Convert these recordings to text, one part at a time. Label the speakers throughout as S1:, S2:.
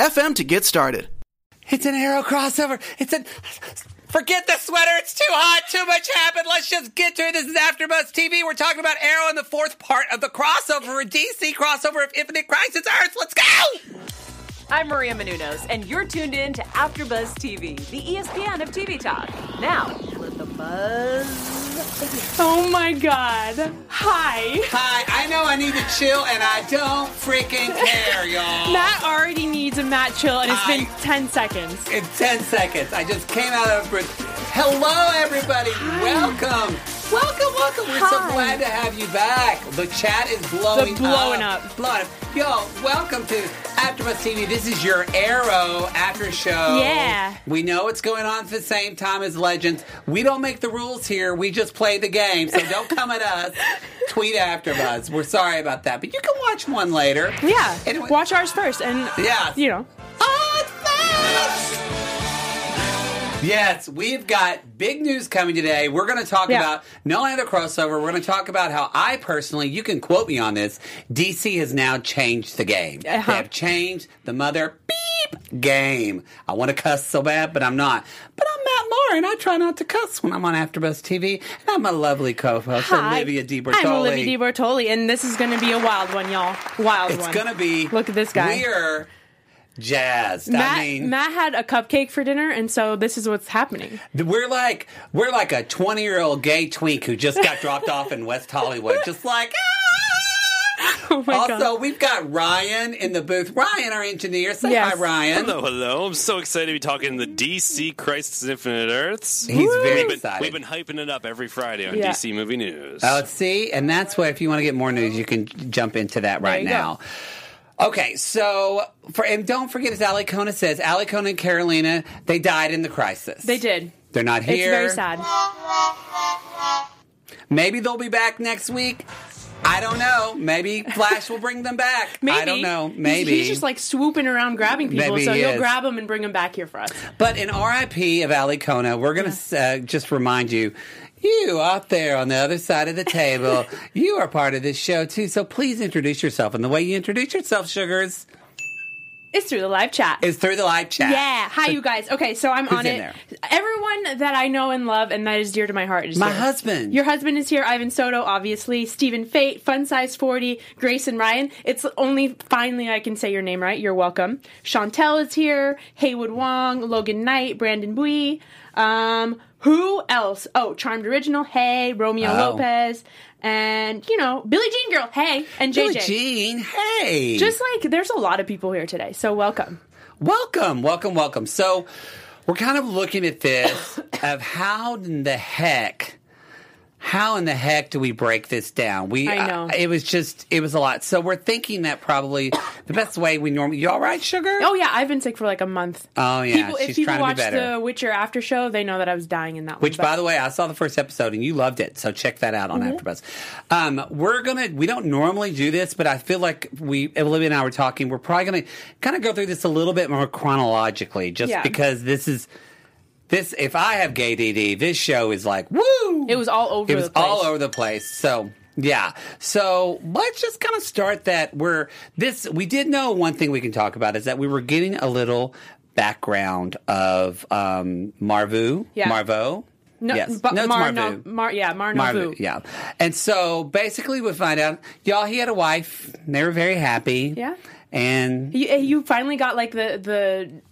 S1: to get started.
S2: It's an arrow crossover. It's an. Forget the sweater. It's too hot. Too much happened. Let's just get to it. This is AfterBuzz TV. We're talking about Arrow in the fourth part of the crossover, a DC crossover of Infinite Crisis Earth. Let's go.
S3: I'm Maria Menounos, and you're tuned in to AfterBuzz TV, the E ESPN of TV talk. Now, let the buzz.
S4: Oh my god. Hi.
S2: Hi. I know I need to chill, and I don't freaking care, y'all.
S4: Matt already needs a Matt chill, and it's been
S2: I-
S4: 10 seconds.
S2: in 10 seconds. I just came out of breath. Hello, everybody. Welcome. Welcome, welcome. We're so
S4: Hi.
S2: glad to have you back. The chat is blowing
S4: The blowing up.
S2: Blowing up. Yo, welcome to AfterBuzz TV. This is your Arrow after show.
S4: Yeah.
S2: We know what's going on at the same time as Legends. We don't make the rules here. We just play the game. So don't come at us. Tweet AfterBuzz. We're sorry about that. But you can watch one later.
S4: Yeah.
S2: Anyway-
S4: Watch ours first, and
S2: Yeah.
S4: you know.
S2: Yes, we've got big news coming today. We're going to talk
S4: Yeah.
S2: about not only the crossover, we're going to talk about how I personally, you can quote me on this, DC has now changed the game.
S4: Uh-huh.
S2: They have changed the mother beep game. I want to cuss so bad, but I'm not. But I'm Matt Moore, and I try not to cuss when I'm on AfterBuzz TV. And I'm a lovely co-host,
S4: Hi.
S2: Olivia Di Bertoli.
S4: I'm Olivia Di Bertoli, and this is going to be a wild one, y'all. Wild
S2: It's
S4: one.
S2: going to be
S4: Look at this guy.
S2: We're jazzed.
S4: Matt,
S2: I mean,
S4: Matt had a cupcake for dinner, and so this is what's happening.
S2: We're like we're like a twenty year old gay tweak who just got dropped off in West Hollywood, just like. "Ah!"
S4: Oh my
S2: also,
S4: god.
S2: we've got Ryan in the booth. Ryan, our engineer. Say
S4: Yes.
S2: hi, Ryan.
S5: Hello, hello. I'm so excited to be talking the DC Crisis Infinite Earths.
S2: He's very
S5: we've been,
S2: excited.
S5: We've been hyping it up every Friday on
S4: Yeah.
S5: DC Movie News.
S2: Oh, see, and that's why if you want to get more news, you can jump into that right
S4: you go.
S2: now. Okay, so for and don't forget, as Ali Kona says, Ali Kona and Carolina, they died in the crisis.
S4: They did.
S2: They're not here.
S4: It's very sad.
S2: Maybe they'll be back next week. I don't know. Maybe Flash will bring them back.
S4: Maybe.
S2: I don't know.
S4: He's-
S2: Maybe
S4: He's, just like swooping around grabbing people,
S2: Maybe
S4: so
S2: he
S4: he'll
S2: is.
S4: grab them and bring them back here for us.
S2: But in RIP of Ali Kona, we're going to uh, just remind you. You out there on the other side of the table, you are part of this show too. So please introduce yourself. And the way you introduce yourself, Sugars,
S4: It's through the live chat.
S2: is through the live chat.
S4: Yeah. Hi, you guys. Okay, so I'm on
S2: in
S4: it.
S2: there?
S4: Everyone that I know and love and that is dear to my heart is
S2: My
S4: here.
S2: husband.
S4: Your husband is here. Ivan Soto, obviously. Stephen Fate, Fun Size 40, Grace and Ryan. It's only finally I can say your name right. You're welcome. Chantel is here. Haywood Wong, Logan Knight, Brandon Bui. Um, who else? Oh, Charmed Original. Hey, Romeo
S2: Oh.
S4: Lopez. And, you know, Billie Jean Girl. Hey, and
S2: Billie
S4: JJ.
S2: Jean, hey.
S4: Just like there's a lot of people here today, so welcome.
S2: Welcome, welcome, welcome. So we're kind of looking at this of how in the heck, how in the heck do we break this down? We, uh,
S4: I know.
S2: it was just, it was a lot. So we're thinking that probably the best way we normally. You all right, sugar?
S4: Oh yeah, I've been sick for like a month.
S2: Oh, yeah,
S4: People,
S2: she's
S4: if people
S2: trying to be
S4: watch
S2: better.
S4: the Witcher after show, they know that I was dying in that
S2: Which,
S4: one.
S2: by the way, I saw the first episode and you loved it, so check that out on
S4: Mm-hmm.
S2: AfterBuzz. Um, we're gonna we don't normally do this, but I feel like we Olivia and I were talking. We're probably gonna kind of go through this a little bit more chronologically, just
S4: Yeah.
S2: because this is this. If I have gay DD, this show is like woo.
S4: It was all over
S2: It was
S4: the place.
S2: all over the place. So. Yeah. So let's just kind of start that we're this we did know one thing we can talk about is that we were getting a little background of um Marvu.
S4: Yeah.
S2: Marvo.
S4: no,
S2: yes.
S4: but
S2: no, it's
S4: Mar,
S2: Marvu.
S4: No, Mar, yeah, Mar,
S2: Marvu, yeah. And so basically we find out y'all he had a wife. They were very happy.
S4: Yeah.
S2: And
S4: You, eh, you finally got like the the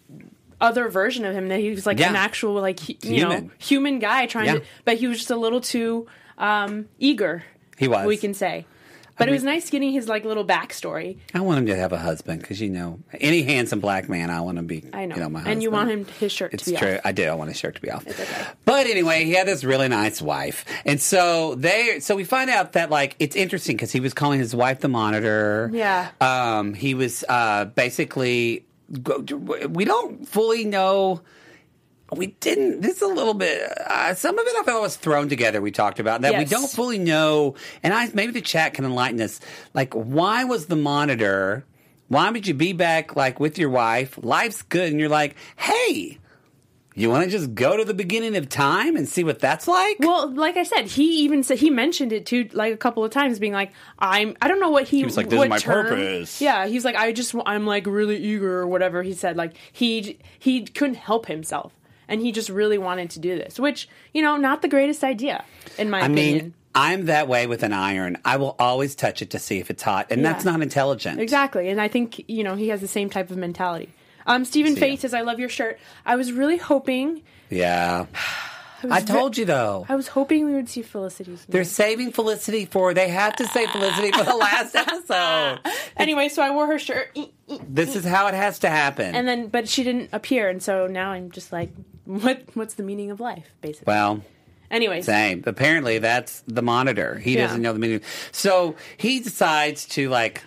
S4: other version of him that he was like
S2: Yeah.
S4: an actual like hu- you know
S2: Human.
S4: human guy trying
S2: Yeah.
S4: to, but he was just a little too um, eager.
S2: He was.
S4: we can say. But
S2: mean-
S4: it was nice getting his like little backstory.
S2: I want him to have a husband because you know any handsome black man I want to be.
S4: I know,
S2: you know my husband.
S4: and you want him his shirt
S2: It's
S4: to be
S2: true.
S4: off.
S2: I do. I want his shirt to be off. But anyway, he had this really nice wife, and so they. So we find out that like it's interesting because he was calling his wife the monitor.
S4: Yeah.
S2: Um. He was uh basically go- we don't fully know. We didn't. This is a little bit. Uh, some of it I felt was thrown together. We talked about that. We
S4: Yes.
S2: don't fully know, and I maybe the chat can enlighten us. Like, why was the monitor? Why would you be back like with your wife? Life's good, and you're like, hey, you want to just go to the beginning of time and see what that's like?
S4: Well, like I said, he even said he mentioned it too, like a couple of times, being like, "I'm." I don't know what he,
S6: was like, "This is
S4: what
S6: my
S4: term-
S6: purpose."
S4: Yeah, he's like, "I just, I'm like really eager" or whatever he said. Like he he couldn't help himself, and he just really wanted to do this, which you know, not the greatest idea in my
S2: I
S4: opinion.
S2: mean, I'm that way with an iron. I will always touch it to see if it's hot, and
S4: Yeah.
S2: that's not intelligent.
S4: Exactly. And I think, you know, he has the same type of mentality. Um, Stephen
S2: See ya.
S4: Fate says, I love your shirt. I was really hoping,
S2: Yeah. I told you though.
S4: I was hoping we would see Felicity's.
S2: They're saving Felicity for. They had to save Felicity for the last episode.
S4: Anyway, so I wore her shirt.
S2: This is how it has to happen.
S4: And then, but she didn't appear. And so now I'm just like, what? what's the meaning of life, basically?
S2: well,
S4: Anyways.
S2: same. Apparently, that's the monitor. He
S4: Yeah.
S2: doesn't know the meaning. So he decides to like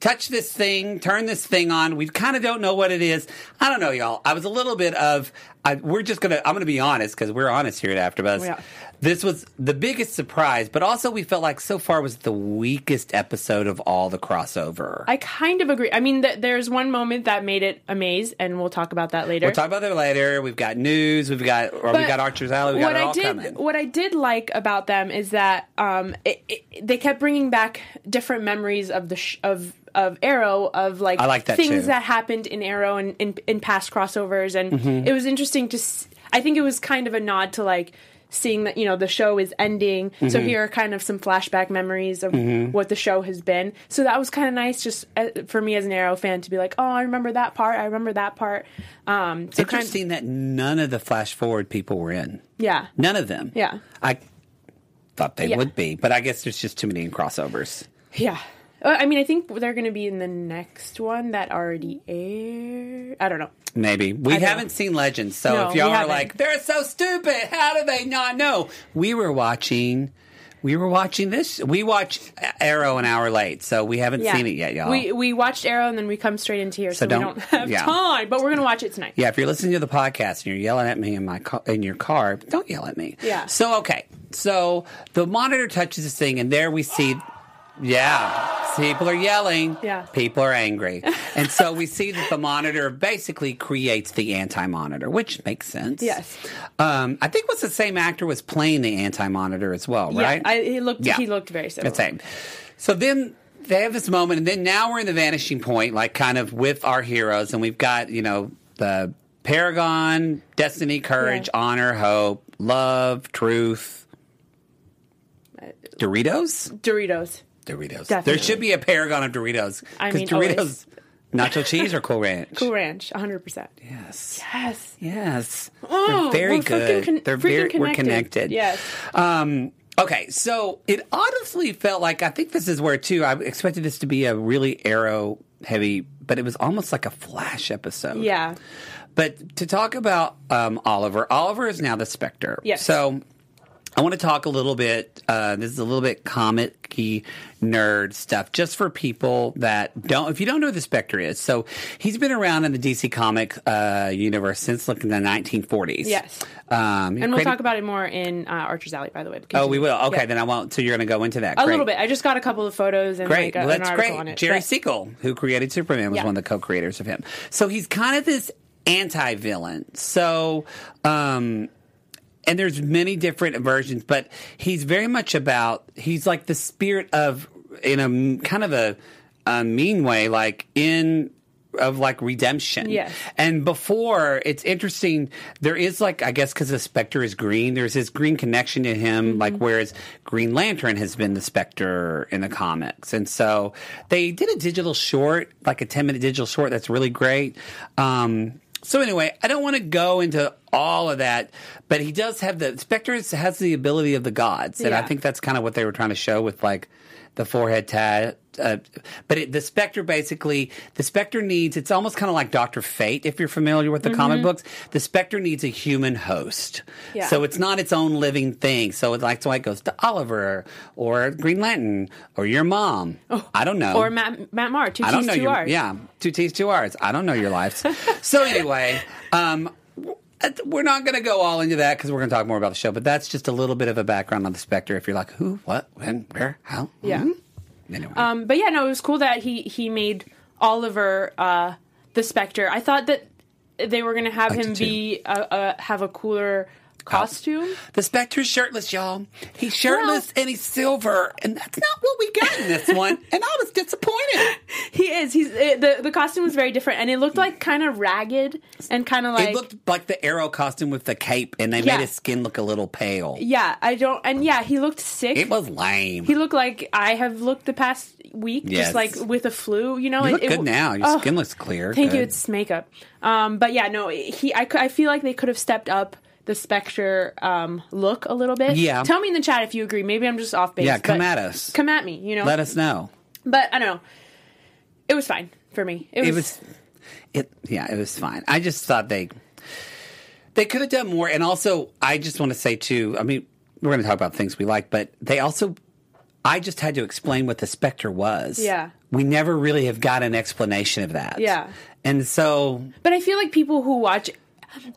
S2: touch this thing, turn this thing on. We kind of don't know what it is. I don't know, y'all. I was a little bit of. I, we're just gonna. I'm gonna be honest because we're honest here at AfterBuzz.
S4: Yeah.
S2: This was the biggest surprise, but also we felt like so far was the weakest episode of all the crossover.
S4: I kind of agree. I mean, th- there's one moment that made it a maze, and we'll talk about that later.
S2: We'll talk about that later. We've got news. We've got or we
S4: But
S2: got Archer's Alley. We got
S4: what
S2: it all
S4: I did,
S2: coming.
S4: What I did like about them is that um, it, it, they kept bringing back different memories of the sh- of of Arrow of like
S2: I like that
S4: things
S2: too.
S4: that happened in Arrow and in, in past crossovers, and
S2: Mm-hmm.
S4: it was interesting to. S- I think it was kind of a nod to like seeing that you know the show is ending so
S2: Mm-hmm.
S4: here are kind of some flashback memories of what the show has been so that was kind of nice just uh, for me as an arrow fan to be like oh i remember that part i remember that part um so
S2: It's
S4: kind
S2: interesting that none of the flash forward people were in.
S4: yeah
S2: None of them.
S4: Yeah.
S2: I thought they
S4: Yeah.
S2: would be, but I guess there's just too many in crossovers.
S4: Yeah. Uh, I mean, I think they're going to be in the next one that already aired. I don't know.
S2: Maybe we
S4: don't know.
S2: haven't seen Legends, so
S4: No,
S2: if
S4: we
S2: y'all are
S4: haven't.
S2: like, they're so stupid. How do they not know? We were watching. We were watching this. We watch Arrow an hour late, so we haven't
S4: Yeah.
S2: seen it yet, y'all.
S4: We we watched Arrow and then we come straight into here, so, we
S2: don't-
S4: don't have
S2: yeah.
S4: time. But we're going to watch it tonight.
S2: Yeah, if you're listening to the podcast and you're yelling at me in my ca- in your car, don't yell at me.
S4: Yeah.
S2: So okay, so the monitor touches this thing, and there we see. Yeah, people are yelling.
S4: Yeah.
S2: people are angry, and so we see that the monitor basically creates the anti-monitor, which makes sense.
S4: Yes.
S2: um, I think was the same actor was playing the anti-monitor as well,
S4: Yeah,
S2: right?
S4: I, he looked.
S2: Yeah.
S4: He looked very similar.
S2: That's it. So then they have this moment, and then now we're in the vanishing point, like kind of with our heroes, and we've got you know the Paragon, Destiny, Courage,
S4: Yeah.
S2: Honor, Hope, Love, Truth. Doritos,
S4: Uh, Doritos.
S2: Doritos. There
S4: Definitely.
S2: should be a Paragon of Doritos.
S4: I
S2: 'cause
S4: mean,
S2: Doritos,
S4: always.
S2: nacho cheese or Cool Ranch.
S4: Cool Ranch, 100%.
S2: Yes.
S4: Yes.
S2: Yes.
S4: Oh,
S2: They're very
S4: we're freaking
S2: good.
S4: con-
S2: They're
S4: freaking
S2: very we're
S4: connected.
S2: connected.
S4: Yes.
S2: Um okay, so it honestly felt like I think this is where too I expected this to be a really arrow heavy, but it was almost like a flash episode.
S4: Yeah.
S2: But to talk about um, Oliver, Oliver is now the Spectre.
S4: Yes.
S2: So I want to talk a little bit. Uh, this is a little bit comic nerd stuff, just for people that don't. If you don't know who the Spectre is, so he's been around in the DC comic uh, universe since like the 1940s.
S4: Yes.
S2: Um,
S4: And we'll talk about it more in uh, Archer's Alley, by the way. but
S2: Oh, we
S4: continue.
S2: will. Okay,
S4: Yeah.
S2: then I won't. So you're going to go into that.
S4: A
S2: Great.
S4: little bit. I just got a couple of photos and
S2: Great.
S4: like, a,
S2: well, that's
S4: an article
S2: great.
S4: on it.
S2: Jerry
S4: But-
S2: Siegel, who created Superman, was
S4: Yeah.
S2: one of the co-creators of him. So he's kind of this anti-villain. So, um, and there's many different versions, but he's very much about he's like the spirit of in a m- kind of a, a mean way, like in of like redemption.
S4: Yes.
S2: And before, it's interesting. There is like, I guess, because the Spectre is green. There's this green connection to him, like whereas Green Lantern has been the Spectre in the comics. And so they did a digital short, like a ten minute digital short. That's really great. Um, so anyway, I don't want to go into all of that, but he does have the Spectre has the ability of the gods, and I
S4: Yeah.
S2: think that's kind of what they were trying to show with like the forehead tat uh, but it, the Spectre basically, the Spectre needs. It's almost kind of like Doctor Fate, if you're familiar with the
S4: Mm-hmm.
S2: comic books. The Spectre needs a human host,
S4: Yeah.
S2: so it's not its own living thing. So it like so it goes to Oliver or Green Lantern or your mom. I don't know
S4: Oh, Or Matt, Matt Marr, two
S2: I don't
S4: T's,
S2: know
S4: two
S2: your
S4: R's.
S2: yeah two T's two R's. I don't know your lives. so anyway, um, w- we're not going to go all into that because we're going to talk more about the show. But that's just a little bit of a background on the Spectre. If you're like who, what, when, where, how,
S4: Yeah.
S2: mhm. Anyway,
S4: Um, but yeah, no, it was cool that he he made Oliver uh, the Spectre. I thought that they were gonna have
S2: I
S4: him
S2: did too.
S4: be uh, uh, have a cooler costume.
S2: the Spectre's shirtless, y'all. He's shirtless and he's silver, and that's not what we got in this one. and I was disappointed.
S4: He is. He's it, the the costume was very different, and it looked like kind of ragged and kind of like
S2: Hmm. it looked like the Arrow costume with the cape, and they
S4: Yeah.
S2: made his skin look a little pale.
S4: yeah. I don't and yeah, he looked sick.
S2: It was lame.
S4: He looked like I have looked the past week,
S2: Yes.
S4: just like with a flu. You know,
S2: you
S4: it-
S2: look
S4: it-
S2: good now. Your
S4: Oh,
S2: skin looks clear.
S4: Thank you.
S2: Good.
S4: It's makeup. Um, but yeah, no, he. I, cou- I feel like they could have stepped up the Spectre um, look a little bit.
S2: Yeah.
S4: Tell me in the chat if you agree. Maybe I'm just off base.
S2: Yeah, come
S4: but
S2: at us.
S4: Come at me. You know.
S2: Let us know.
S4: But I don't know. It was fine for me. It was.
S2: it was it yeah it was fine i just thought they they could have done more and also i just want to say too i mean we're going to talk about things we like but they also i just had to explain what the specter was
S4: Yeah.
S2: we never really have got an explanation of that
S4: Yeah.
S2: and so
S4: But I feel like people who watch.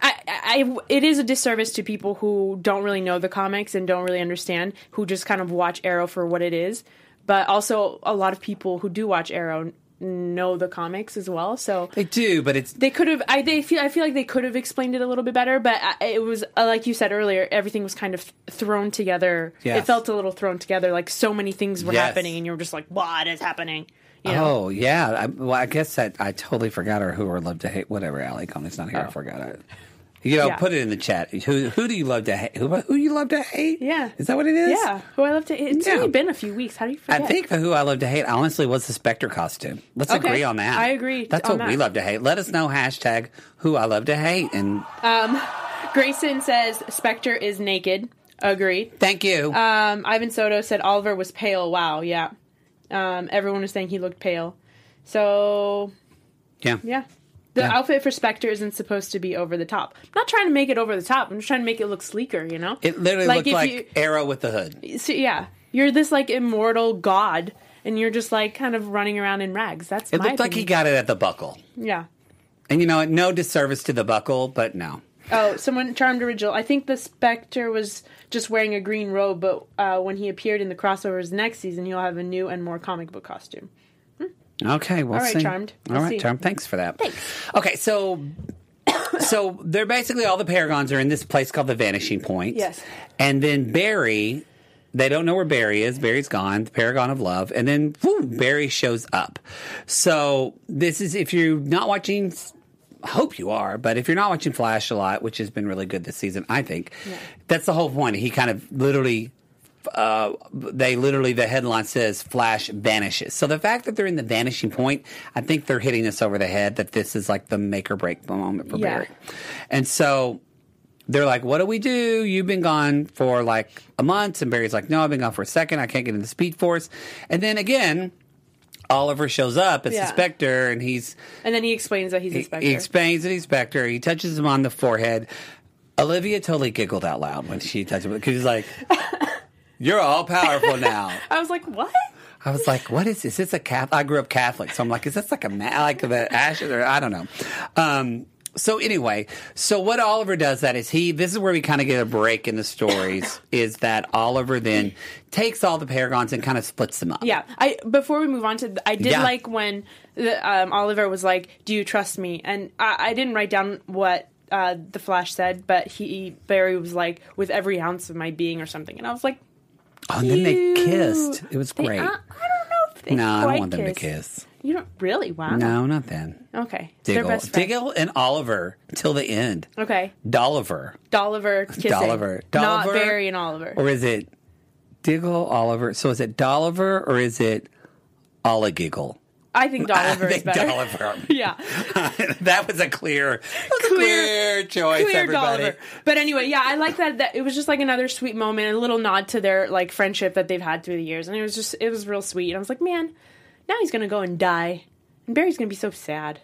S4: I, I, it is a disservice to people who don't really know the comics and don't really understand, who just kind of watch Arrow for what it is. But also, a lot of people who do watch Arrow n- know the comics as well. So
S2: they do but it's
S4: they could have. I they feel. I feel like they could have explained it a little bit better. But I, it was uh, like you said earlier. Everything was kind of th- thrown together.
S2: Yes.
S4: It felt a little thrown together. Like so many things were
S2: Yes.
S4: happening, and you were just like, "What is happening?" You know?
S2: Oh yeah, I, well I guess that I totally forgot her who or love to hate whatever Ali Coney's not here. I forgot it. You know,
S4: Oh. Yeah.
S2: put it in the chat. Who who do you love to hate? Who who you love to hate?
S4: Yeah.
S2: is that what it is?
S4: Yeah. Who Oh, I love to. It's
S2: Yeah.
S4: only been a few weeks. How do you
S2: I
S4: forget?
S2: think the Who I Love to Hate honestly was the Spectre costume. Let's
S4: Okay.
S2: agree on that.
S4: I agree
S2: That's
S4: on
S2: what we
S4: that.
S2: love to hate. Let us know hashtag Who I Love to Hate and
S4: Grayson says Spectre is naked. Agreed.
S2: thank you.
S4: Um, Ivan Soto said Oliver was pale. Wow. Yeah. Um, everyone was saying he looked pale. So
S2: yeah,
S4: yeah, the
S2: Yeah.
S4: outfit for Spectre isn't supposed to be over the top. I'm not trying to make it over the top. I'm just trying to make it look sleeker. You know.
S2: It literally
S4: Like,
S2: looked
S4: if
S2: like Arrow with the hood.
S4: you- so, yeah, you're this like immortal god, and you're just like kind of running around in rags. That's
S2: It
S4: my
S2: looked like he
S4: opinion.
S2: got it at the buckle.
S4: yeah.
S2: And you know, what? no disservice to the buckle, but no.
S4: Oh, someone charmed original. I think the Spectre was just wearing a green robe, but uh, when he appeared in the crossovers next season, he'll have a new and more comic book costume.
S2: Okay, we'll
S4: All right,
S2: see.
S4: Charmed.
S2: All
S4: We'll
S2: right,
S4: see.
S2: Charmed. Thanks for that. Thanks. Okay, so so they're basically all the Paragons are in this place called the Vanishing Point.
S4: Yes.
S2: And then Barry, they don't know where Barry is. Barry's gone, the Paragon of Love, and then whew, Barry shows up. So this is if you're not watching. I Hope you are, but if you're not watching Flash a lot, which has been really good this season, I think that's the whole point. He kind of literally uh, they literally the headline says Flash vanishes. So the fact that they're in the vanishing point, I think they're hitting us over the head that this is like the make or break moment for
S4: Yeah.
S2: Barry. And so they're like, "What do we do? You've been gone for like a month." And Barry's like, "No, I've been gone for a second. I can't get into Speed Force." And then again, Oliver shows up as
S4: Yeah.
S2: the Spectre, and he's
S4: And then he explains that he's a
S2: he,
S4: Spectre.
S2: he explains that he's Spectre. He touches him on the forehead. Olivia totally giggled out loud when she touched him because she's like, "You're all powerful now."
S4: I was like, what?
S2: I was like, "What is this? Is this a Catholic?" I grew up Catholic, so I'm like, "Is this like a ma- like the ashes or I don't know." Um, so anyway, so what Oliver does that is he. This is where we kind of get a break in the stories. is that Oliver then takes all the paragons and kind of splits them up?
S4: Yeah, I before we move on to, th- I did
S2: Yeah.
S4: like when the, um, Oliver was like, "Do you trust me?" And I, I didn't write down what uh, the Flash said, but he Barry was like, "With every ounce of my being," or something, and I was like,
S2: Oh, and then they
S4: "Ew."
S2: kissed. It was
S4: They-
S2: great.
S4: I, I don't know if they
S2: no, I don't
S4: quite
S2: want them to kiss.
S4: You don't really? Wow.
S2: No, not them.
S4: Okay. They're
S2: Diggle,
S4: best friends.
S2: Diggle, and Oliver till the end.
S4: Okay.
S2: Dolliver,
S4: Dolliver kissing.
S2: Dolliver,
S4: Not
S2: Dolliver?
S4: Barry and Oliver.
S2: or is it Diggle Oliver? So is it Dolliver or is it Oligiggle?
S4: I think Dolliver
S2: I
S4: is
S2: think
S4: better.
S2: Dolliver.
S4: yeah.
S2: that was a clear, that was a
S4: Clear-
S2: clear choice,
S4: Clear
S2: everybody.
S4: Dolliver. But anyway, yeah, I like that that it was just like another sweet moment, a little nod to their like friendship that they've had through the years. And it was just it was real sweet. And I was like, man, Now he's gonna go and die, and Barry's gonna be so sad.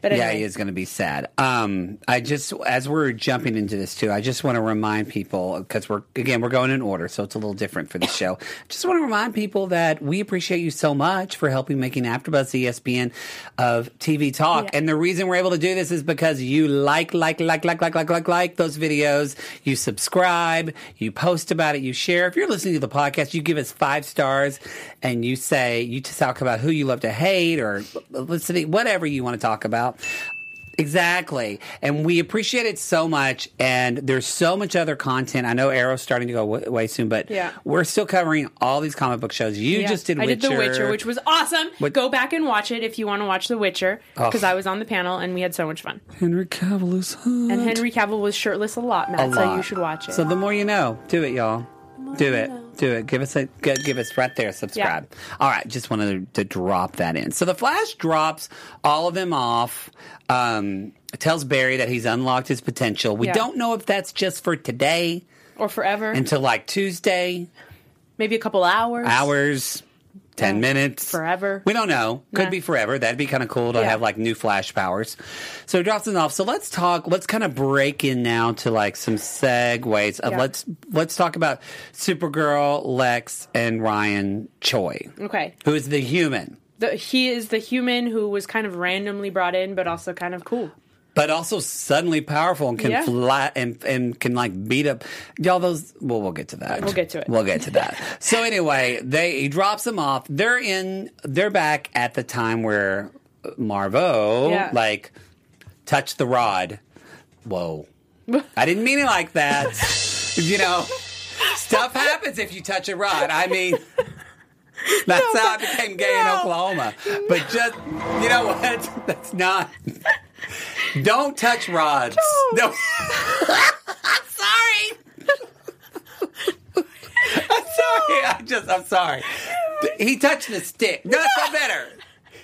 S4: But
S2: Yeah,
S4: anyway.
S2: he is going to be sad. Um, I just, as we're jumping into this too, I just want to remind people because we're again we're going in order, so it's a little different for the show. just want to remind people that we appreciate you so much for helping making AfterBuzz E ESPN of TV talk,
S4: Yeah.
S2: and the reason we're able to do this is because you like, like, like, like, like, like, like, like those videos. You subscribe, you post about it, you share. If you're listening to the podcast, you give us five stars, and you say you just talk about who you love to hate or listening, whatever you want to talk about. Exactly. And we appreciate it so much. And there's so much other content. I know Arrow's starting to go wa- away soon, but
S4: Yeah.
S2: we're still covering all these comic book shows. You
S4: Yeah.
S2: just did
S4: I
S2: Witcher.
S4: did The Witcher, which was awesome.
S2: What-
S4: Go back and watch it if you want to watch The Witcher, because
S2: Ugh.
S4: I was on the panel and we had so much fun.
S2: Henry Cavill's Hunt.
S4: And Henry Cavill was shirtless a lot, Matt,
S2: a
S4: so
S2: lot.
S4: you should watch it.
S2: So the more you know, do it, y'all. Do it. Do it. Give us a g- give us right there. Subscribe. All right, just wanted to drop that in. So the Flash drops all of them off. Um, tells Barry that he's unlocked his potential. We
S4: Yeah.
S2: don't know if that's just for today
S4: or forever,
S2: until like Tuesday
S4: maybe a couple hours.
S2: hours, ten minutes,
S4: Forever.
S2: We don't know. Could
S4: Nah.
S2: be forever. That'd be kind of cool to
S4: Yeah.
S2: have like new Flash powers. So he drops it off. So let's talk. Let's kind of break in now to like some segues. Of
S4: Yeah.
S2: Let's let's talk about Supergirl, Lex, and Ryan Choi,
S4: Okay,
S2: who is the human,
S4: the, he is the human who was kind of randomly brought in, but also kind of cool.
S2: but also suddenly powerful and can
S4: Yeah.
S2: fly and and can like beat up y'all. Those well, we'll get to that.
S4: We'll get to it.
S2: We'll get to that. so anyway, they he drops them off. They're in. They're back at the time where Marvo
S4: Yeah.
S2: like touched the rod. Whoa! I didn't mean it like that. you know, stuff happens if you touch a rod. I mean. That's how I became gay in
S4: no.
S2: Oklahoma. But just, you know what? That's not. Don't touch rods. No. I'm sorry. I'm sorry. I just, I'm sorry. He touched the stick. No, it's not better.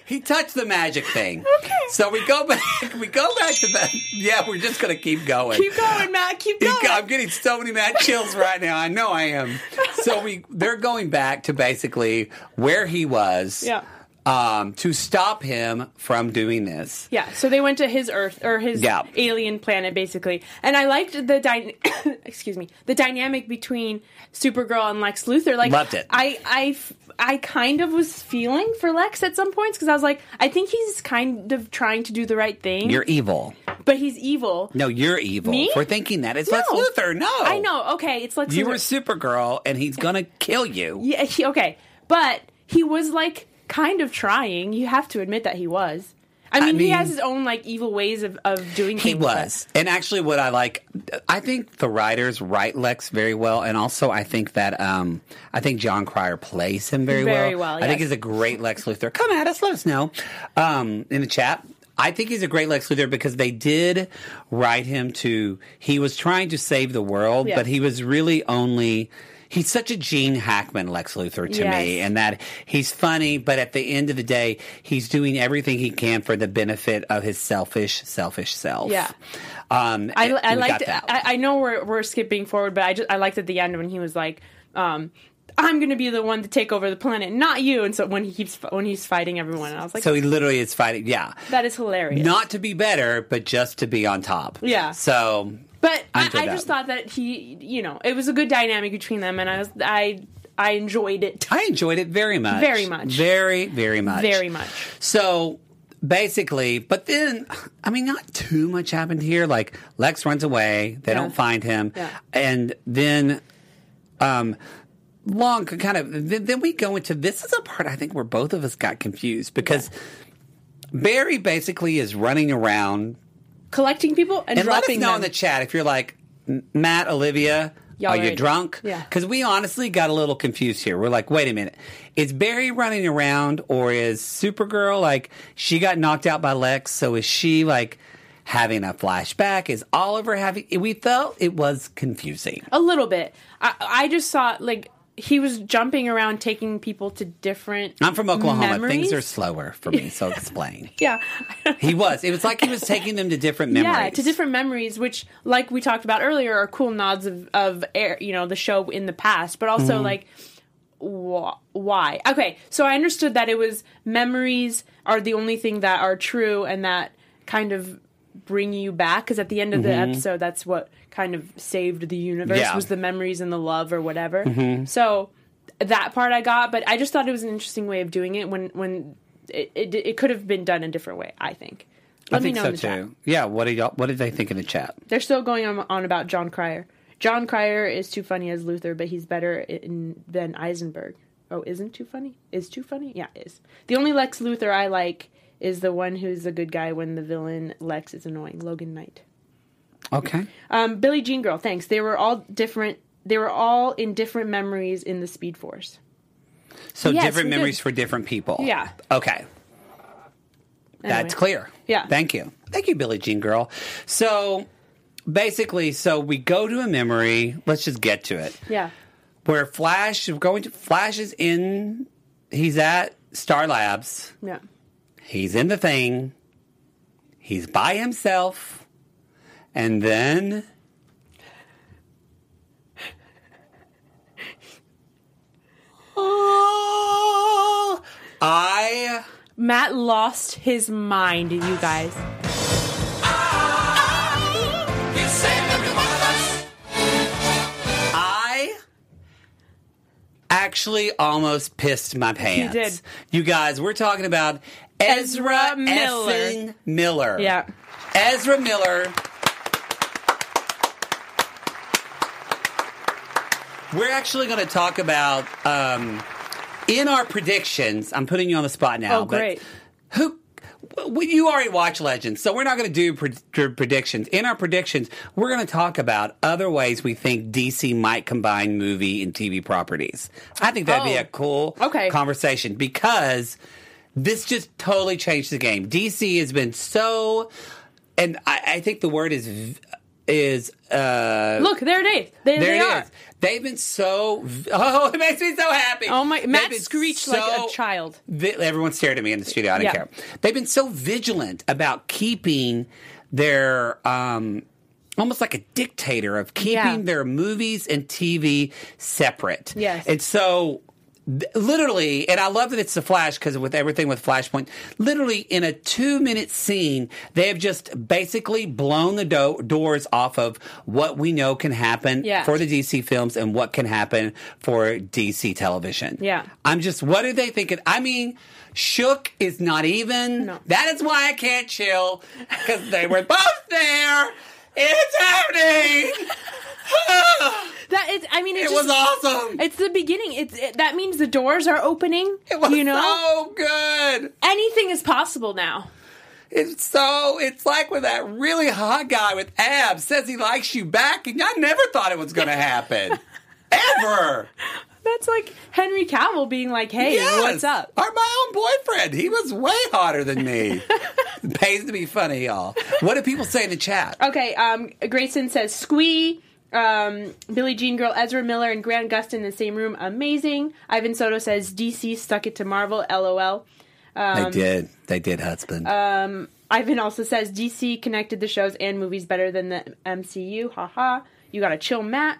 S2: He touched the magic thing. Okay. So we go back. We go back to that. Yeah, we're just gonna keep going.
S4: Keep going, Matt. Keep
S2: He-
S4: going.
S2: I'm getting so many mad chills right now. I know I am. So we they're going back to basically where he was.
S4: Yeah.
S2: Um, to stop him from doing this.
S4: Yeah, so they went to his Earth or his
S2: Yeah.
S4: alien planet, basically. And I liked the dy- excuse me the dynamic between Supergirl and Lex Luthor. Like,
S2: Loved it.
S4: I I f- I kind of was feeling for Lex at some points because I was like, I think he's kind of trying to do the right thing,
S2: You're evil.
S4: but he's evil.
S2: No, you're evil
S4: Me?
S2: for thinking that. It's Lex
S4: No.
S2: Luthor. No.
S4: I know. Okay, it's Lex.
S2: You
S4: Luthor.
S2: were Supergirl and he's going to kill you.
S4: yeah. He, okay, but he was like kind of trying. You have to admit that he was. I mean, he
S2: mean-
S4: has his own like evil ways of, of doing.
S2: He
S4: things, but-
S2: was. And actually, what I like, I think the writers write Lex very well. And also, I think that, um, I think John Cryer plays him very,
S4: Very well,
S2: I think
S4: yes.
S2: he's a great Lex Luthor. Come at us, let us know um, in the chat. I think he's a great Lex Luthor because they did write him to, he was trying to save the world,
S4: Yeah.
S2: but he was really only. He's such a Gene Hackman Lex Luthor to me,
S4: Yes.
S2: and that he's funny, but at the end of the day, he's doing everything he can for the benefit of his selfish, selfish self.
S4: Yeah.
S2: Um,
S4: I,
S2: and
S4: I
S2: we
S4: liked.
S2: got that.
S4: I, I know we're we're skipping forward, but I just I liked at the end when he was like, um, "I'm going to be the one to take over the planet, not you." And so when he keeps when he's fighting everyone, and I was like,
S2: so he literally is fighting. Yeah.
S4: "That is hilarious."
S2: Not to be better, but just to be on top.
S4: Yeah.
S2: So.
S4: but I,
S2: into
S4: I
S2: that.
S4: just thought that he, you know, it was a good dynamic between them, and I was I I enjoyed it
S2: I enjoyed it very much.
S4: Very much.
S2: Very, very much.
S4: very much.
S2: So basically, but then, I mean, not too much happened here. Like Lex runs away, they
S4: Yeah.
S2: don't find him,
S4: Yeah.
S2: and then, um, long kind of then, then we go into this is a part I think where both of us got confused because Barry basically is running around
S4: Collecting people and,
S2: and let us
S4: dropping
S2: know
S4: them.
S2: in the chat if you're like "M- Matt, Olivia,
S4: Y'all
S2: are you
S4: already-
S2: drunk?
S4: Yeah.
S2: Because we honestly got a little confused here. We're like, wait a minute, is Barry running around or is Supergirl like she got knocked out by Lex? So is she like having a flashback? Is Oliver having? We felt it was confusing.
S4: a little bit. I I just saw like he was jumping around, taking people to different.
S2: I'm from Oklahoma. Things
S4: Memories?
S2: are slower for me, so explain.
S4: yeah.
S2: He was. It was like he was taking them to different memories.
S4: Yeah, to different memories, which, like we
S2: Mm-hmm.
S4: talked about earlier, are cool nods of of air, you know the show in the past, but also like wh- why. Okay, so I understood that it was memories are the only thing that are true and that kind of bring you back because at the end of the episode that's what kind of saved the universe
S2: Mm-hmm. Yeah. Mm-hmm.
S4: was the memories and the love or whatever. So that part I got, but I just thought it was an interesting way of doing it when when it it, it could have been done a different way, I think. Let
S2: I
S4: me
S2: think
S4: know
S2: so
S4: in the chat.
S2: too. Yeah, what did y'all, what did they think in the chat?
S4: They're still going on, on about John Cryer. John Cryer is too funny as Luther, but he's better in, than Eisenberg. Oh, isn't too funny? Is too funny? Yeah, is. The only Lex Luthor I like is the one who's a good guy when the villain Lex is annoying, Logan Knight.
S2: Okay.
S4: Um, Billie Jean Girl, thanks. They were all different. They were all in different memories in the Speed Force.
S2: So
S4: Yes,
S2: different
S4: we did.
S2: memories for different people.
S4: Yeah.
S2: Okay. That's
S4: Anyway.
S2: clear.
S4: Yeah.
S2: Thank you. Thank you, Billie Jean Girl. So basically, so we go to a memory. Let's just get to it.
S4: Yeah.
S2: Where Flash, we're going to Flash is in. He's at Star Labs.
S4: Yeah.
S2: He's in the thing. He's by himself. And then Oh, I
S4: Matt lost his mind, you guys.
S2: I actually almost pissed my pants.
S4: did.
S2: You guys, we're talking about Ezra,
S4: Ezra Miller.
S2: effing Miller.
S4: Yeah.
S2: Ezra Miller. We're actually going to talk about um, in our predictions. I'm putting you on the spot now.
S4: Oh,
S2: but
S4: great.
S2: Who? w you already watch Legends, so we're not going to do pred- pred- predictions. In our predictions, we're going to talk about other ways we think DC might combine movie and TV properties. I think that'd be
S4: Oh.
S2: a cool
S4: Okay.
S2: conversation because this just totally changed the game. DC has been so, and I, I think the word is v- is uh,
S4: Look, there it is. There,
S2: there
S4: they
S2: it
S4: are.
S2: is. They've been so. v- Oh, it makes me so happy.
S4: Oh my!
S2: They've
S4: Matt
S2: been
S4: screeched like
S2: so-
S4: a child.
S2: vi- everyone stared at me in the studio. I didn't
S4: Yeah.
S2: care. They've been so vigilant about keeping their um, almost like a dictator of keeping
S4: Yeah.
S2: their movies and TV separate.
S4: Yes.
S2: and so. th- Literally, and I love that it's the Flash because with everything with Flashpoint, literally in a two minute scene, they have just basically blown the do- doors off of what we know can happen
S4: Yeah.
S2: for the DC films and what can happen for DC television.
S4: Yeah.
S2: I'm just, what are they thinking? I mean, shook is not even.
S4: No.
S2: That is why I can't chill, because they were both there. It's happening.
S4: That is, I mean, it,
S2: It
S4: just-
S2: was awesome.
S4: It's the beginning. It's it, that means the doors are opening.
S2: It was
S4: you know,
S2: so good.
S4: anything is possible now.
S2: It's so, it's like when that really hot guy with abs says he likes you back, and I never thought it was going to happen. Ever.
S4: That's like Henry Cavill being like, "Hey,
S2: Yes.
S4: what's up?"
S2: Or my own boyfriend. He was way hotter than me. Pays to be funny, y'all. What do people say in the chat?
S4: Okay, um, Grayson says Squee, um, Billie Jean Girl, Ezra Miller, and Grant Gustin in the same room. Amazing. Ivan Soto says DC stuck it to Marvel. LOL. Um,
S2: they did. They did, husband.
S4: uh, Ivan also says DC connected the shows and movies better than the MCU. Haha. You gotta chill, Matt.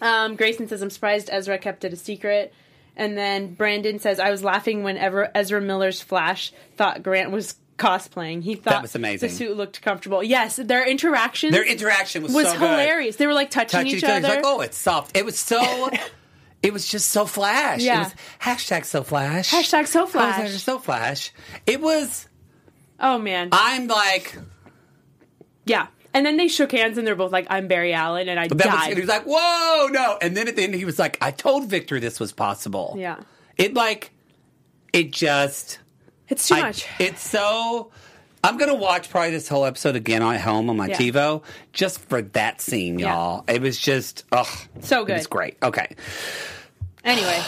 S4: um, Grayson says, I'm surprised Ezra kept it a secret. And then Brandon says, I was laughing whenever Ezra Miller's Flash thought Grant was cosplaying. He thought
S2: was amazing.
S4: the suit looked comfortable. Yes, their interaction
S2: Their interaction was,
S4: was
S2: so
S4: hilarious. They were like
S2: Good. Touch
S4: touching each
S2: each
S4: other.
S2: other. Like, oh, it's soft. It was so. it was just so flash. It
S4: Yeah.
S2: was hashtag so flash.
S4: Hashtag so flash.
S2: Hashtag so flash. It was.
S4: Oh, man.
S2: I'm like.
S4: yeah. And then they shook hands and they're both like, I'm Barry Allen and I
S2: That was,
S4: died.
S2: and he was like, whoa, no. And then at the end, he was like, I told Victor this was possible.
S4: Yeah.
S2: It like. It just.
S4: it's too
S2: I-
S4: much.
S2: It's so. I'm gonna watch probably this whole episode again at home on my
S4: Yeah.
S2: TiVo just for that scene,
S4: Yeah.
S2: y'all. It was just, ugh,
S4: So
S2: It
S4: good.
S2: was great. Okay,
S4: anyway.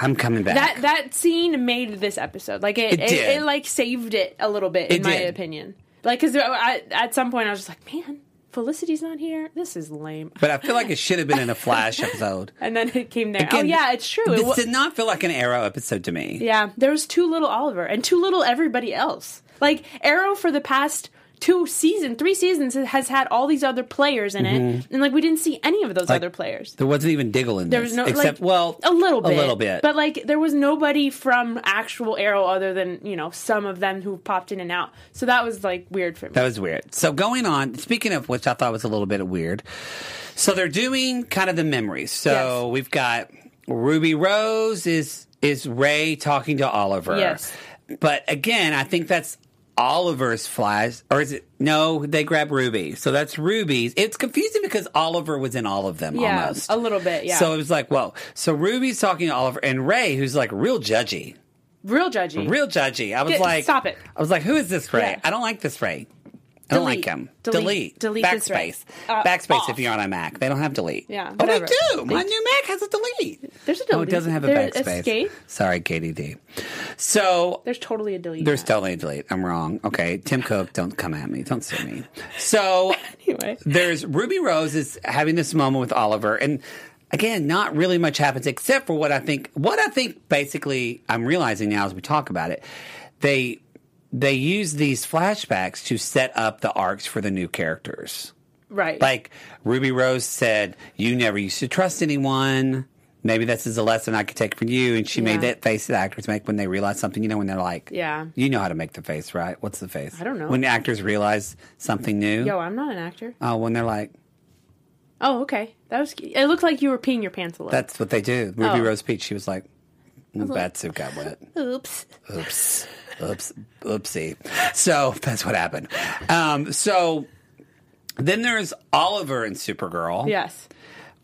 S2: I'm coming back.
S4: that that scene made this episode like it
S2: It
S4: it,
S2: did.
S4: it, like saved it a little bit in
S2: It
S4: my
S2: did.
S4: opinion like because at some point i was just like man felicity's not here this is lame
S2: but I feel like it should have been in a Flash episode.
S4: and then it came there
S2: Again,
S4: oh yeah it's true It
S2: This
S4: wa-
S2: did not feel like an Arrow episode to me.
S4: yeah there was too little oliver and too little everybody else like arrow for the past two season, three seasons has had all these other players in it,
S2: Mm-hmm.
S4: and like we didn't see any of those other players.
S2: There wasn't even Diggle in
S4: There
S2: this,
S4: was no
S2: except
S4: like,
S2: well,
S4: a little bit,
S2: a little bit.
S4: but like there was nobody from actual Arrow other than you know some of them who popped in and out. So that was like weird for me.
S2: That was weird. So going on, speaking of which I thought was a little bit weird. So they're doing kind of the memories. So
S4: Yes.
S2: we've got Ruby Rose is is Ray talking to Oliver.
S4: Yes.
S2: But again, I think that's Oliver's flies, or is it? No, they grab Ruby. So that's Ruby's. It's confusing because Oliver was in all of them
S4: Yeah,
S2: almost.
S4: a little bit, yeah.
S2: So it was like, whoa. So Ruby's talking to Oliver, and Ray, who's like real judgy,
S4: real judgy.
S2: real judgy. I was
S4: Get-
S2: like,
S4: stop it.
S2: I was like, who is this Ray?
S4: Yeah.
S2: I don't like this Ray. I don't like
S4: Delete.
S2: him. Delete.
S4: Delete. Delete this Ray.
S2: Backspace.
S4: Uh,
S2: Backspace
S4: off.
S2: if you're on a Mac. They don't have delete.
S4: Yeah,
S2: Oh, they
S4: whatever.
S2: do. My new Mac has a delete.
S4: There's a
S2: Oh, it
S4: delete.
S2: doesn't have a
S4: There-
S2: backspace.
S4: escape?
S2: Sorry, Katie D. So
S4: There's totally a delete.
S2: there's totally a delete. I'm wrong. Okay. Tim Cook, don't come at me. Don't sue me. So
S4: anyway.
S2: there's Ruby Rose is having this moment with Oliver and again not really much happens except for what I think what I think basically I'm realizing now as we talk about it they they use these flashbacks to set up the arcs for the new characters
S4: Right.
S2: like Ruby Rose said you never used to trust anyone maybe this is a lesson I could take from you and she made
S4: Yeah.
S2: that face that actors make when they realize something you know when they're like
S4: Yeah.
S2: you know how to make the face right what's the face
S4: I don't know.
S2: when actors realize something new
S4: Yo, I'm not an actor.
S2: oh when they're like
S4: Oh, okay. That was. It looked like you were peeing your pants a little.
S2: That's what they do. Ruby
S4: Oh.
S2: Rose Peach, she was like, mm, that suit got wet.
S4: Oops.
S2: Oops. Oops. Oopsie. So that's what happened. Um, so then there's Oliver and Supergirl
S4: Yes.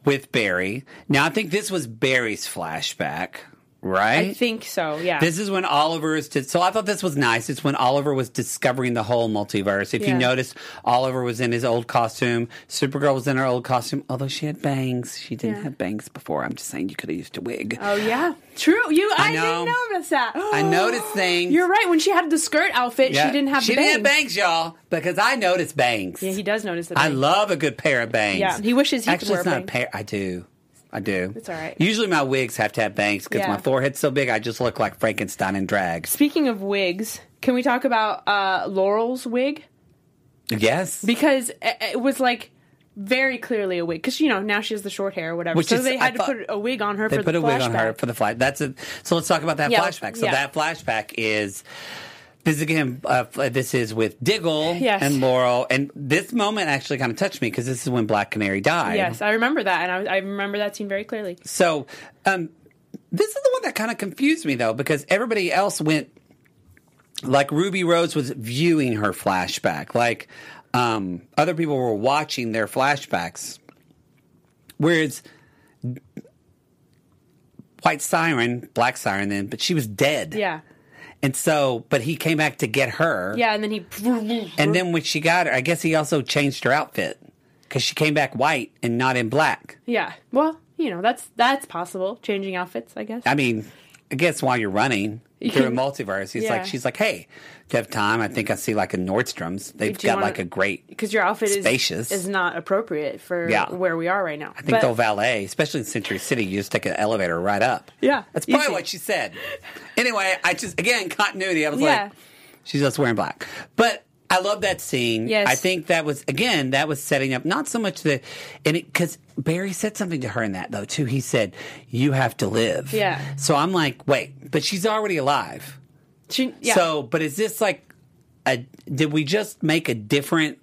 S2: with Barry. Now, I think this was Barry's flashback, right?
S4: I think so. Yeah.
S2: This is when Oliver is. Di- so I thought this was nice. It's when Oliver was discovering the whole multiverse. If you
S4: Yeah.
S2: notice, Oliver was in his old costume. Supergirl was in her old costume, although she had bangs. She didn't
S4: Yeah.
S2: have bangs before. I'm just saying you could have used a wig.
S4: oh yeah. True. You. I,
S2: know.
S4: didn't notice that.
S2: I noticed things.
S4: You're right. When she had the skirt outfit,
S2: Yeah.
S4: she didn't have
S2: She
S4: the
S2: didn't
S4: bangs.
S2: have bangs, y'all, because I noticed bangs.
S4: Yeah, he does notice the.
S2: I
S4: bangs.
S2: love a good pair of bangs.
S4: Yeah, he wishes he could
S2: Actually,
S4: wear
S2: it's
S4: a
S2: not
S4: bang.
S2: a pair. I do. I do.
S4: It's all right.
S2: Usually my wigs have to have bangs because
S4: Yeah.
S2: my forehead's so big I just look like Frankenstein in drag.
S4: Speaking of wigs, can we talk about uh, Laurel's wig?
S2: Yes.
S4: Because it it was like very clearly a wig. Because you know now she has the short hair or whatever.
S2: Which
S4: so
S2: is-
S4: they
S2: I
S4: had to
S2: thought-
S4: put a wig on her
S2: They
S4: for
S2: put
S4: the
S2: a wig on her
S4: flashback.
S2: for the flash. That's a, so. Let's talk about that
S4: Yeah,
S2: flashback. So
S4: yeah.
S2: that flashback is this is again. Uh, this is with Diggle
S4: Yes.
S2: and Laurel, and this moment actually kind of touched me because this is when Black Canary died.
S4: Yes, I remember that, and I, was- I remember that scene very clearly.
S2: So um, this is the one that kind of confused me though because everybody else went like Ruby Rose was viewing her flashback. Like um, other people were watching their flashbacks, whereas. White Siren, Black Siren, then, but she was dead.
S4: Yeah.
S2: And so, but he came back to get her.
S4: Yeah, and then he.
S2: And then when she got her, I guess he also changed her outfit because she came back white and not in black.
S4: Yeah. Well, you know that's that's possible. Changing outfits, I guess.
S2: I mean, I guess while you're running through a
S4: can-
S2: multiverse, he's
S4: Yeah.
S2: like, she's like, hey, do you have time? I think I see like a Nordstrom's. They've
S4: Do you
S2: got
S4: wanna-
S2: like a great.
S4: Because your outfit is
S2: Spacious.
S4: is not appropriate for
S2: Yeah.
S4: where we are right now.
S2: I think they'll valet, especially in Century City. You just take an elevator right up.
S4: Yeah,
S2: that's probably
S4: easy.
S2: what she said. Anyway, I just again continuity. I was
S4: Yeah.
S2: like, she's just wearing black, but. I love that scene.
S4: Yes.
S2: I think that was again that was setting up not so much the and it because Barry said something to her in that though too. He said, "You have to live."
S4: Yeah.
S2: So I'm like, wait, but she's already alive.
S4: She- yeah.
S2: So, but is this like a? Did we just make a different,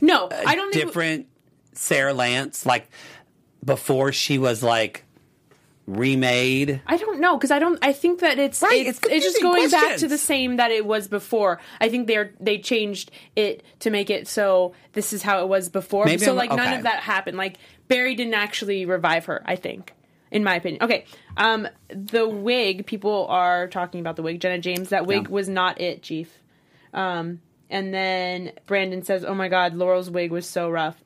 S4: no, I don't think
S2: uh, different Sarah Lance like before she was like remade?
S4: I don't know because I don't. I think that it's
S2: Right,
S4: it's,
S2: it's
S4: it's just
S2: confusing
S4: going back to
S2: questions.
S4: the same that it was before. I think they're they changed it to make it so this is how it was before.
S2: Maybe
S4: so
S2: I'm-
S4: like none
S2: okay.
S4: of that happened. Like Barry didn't actually revive her. I think, in my opinion. Okay, um, the wig people are talking about the wig. Jenna James, that wig
S2: Yeah.
S4: was not it, Chief. Um, and then Brandon says, "Oh my God, Laurel's wig was so rough."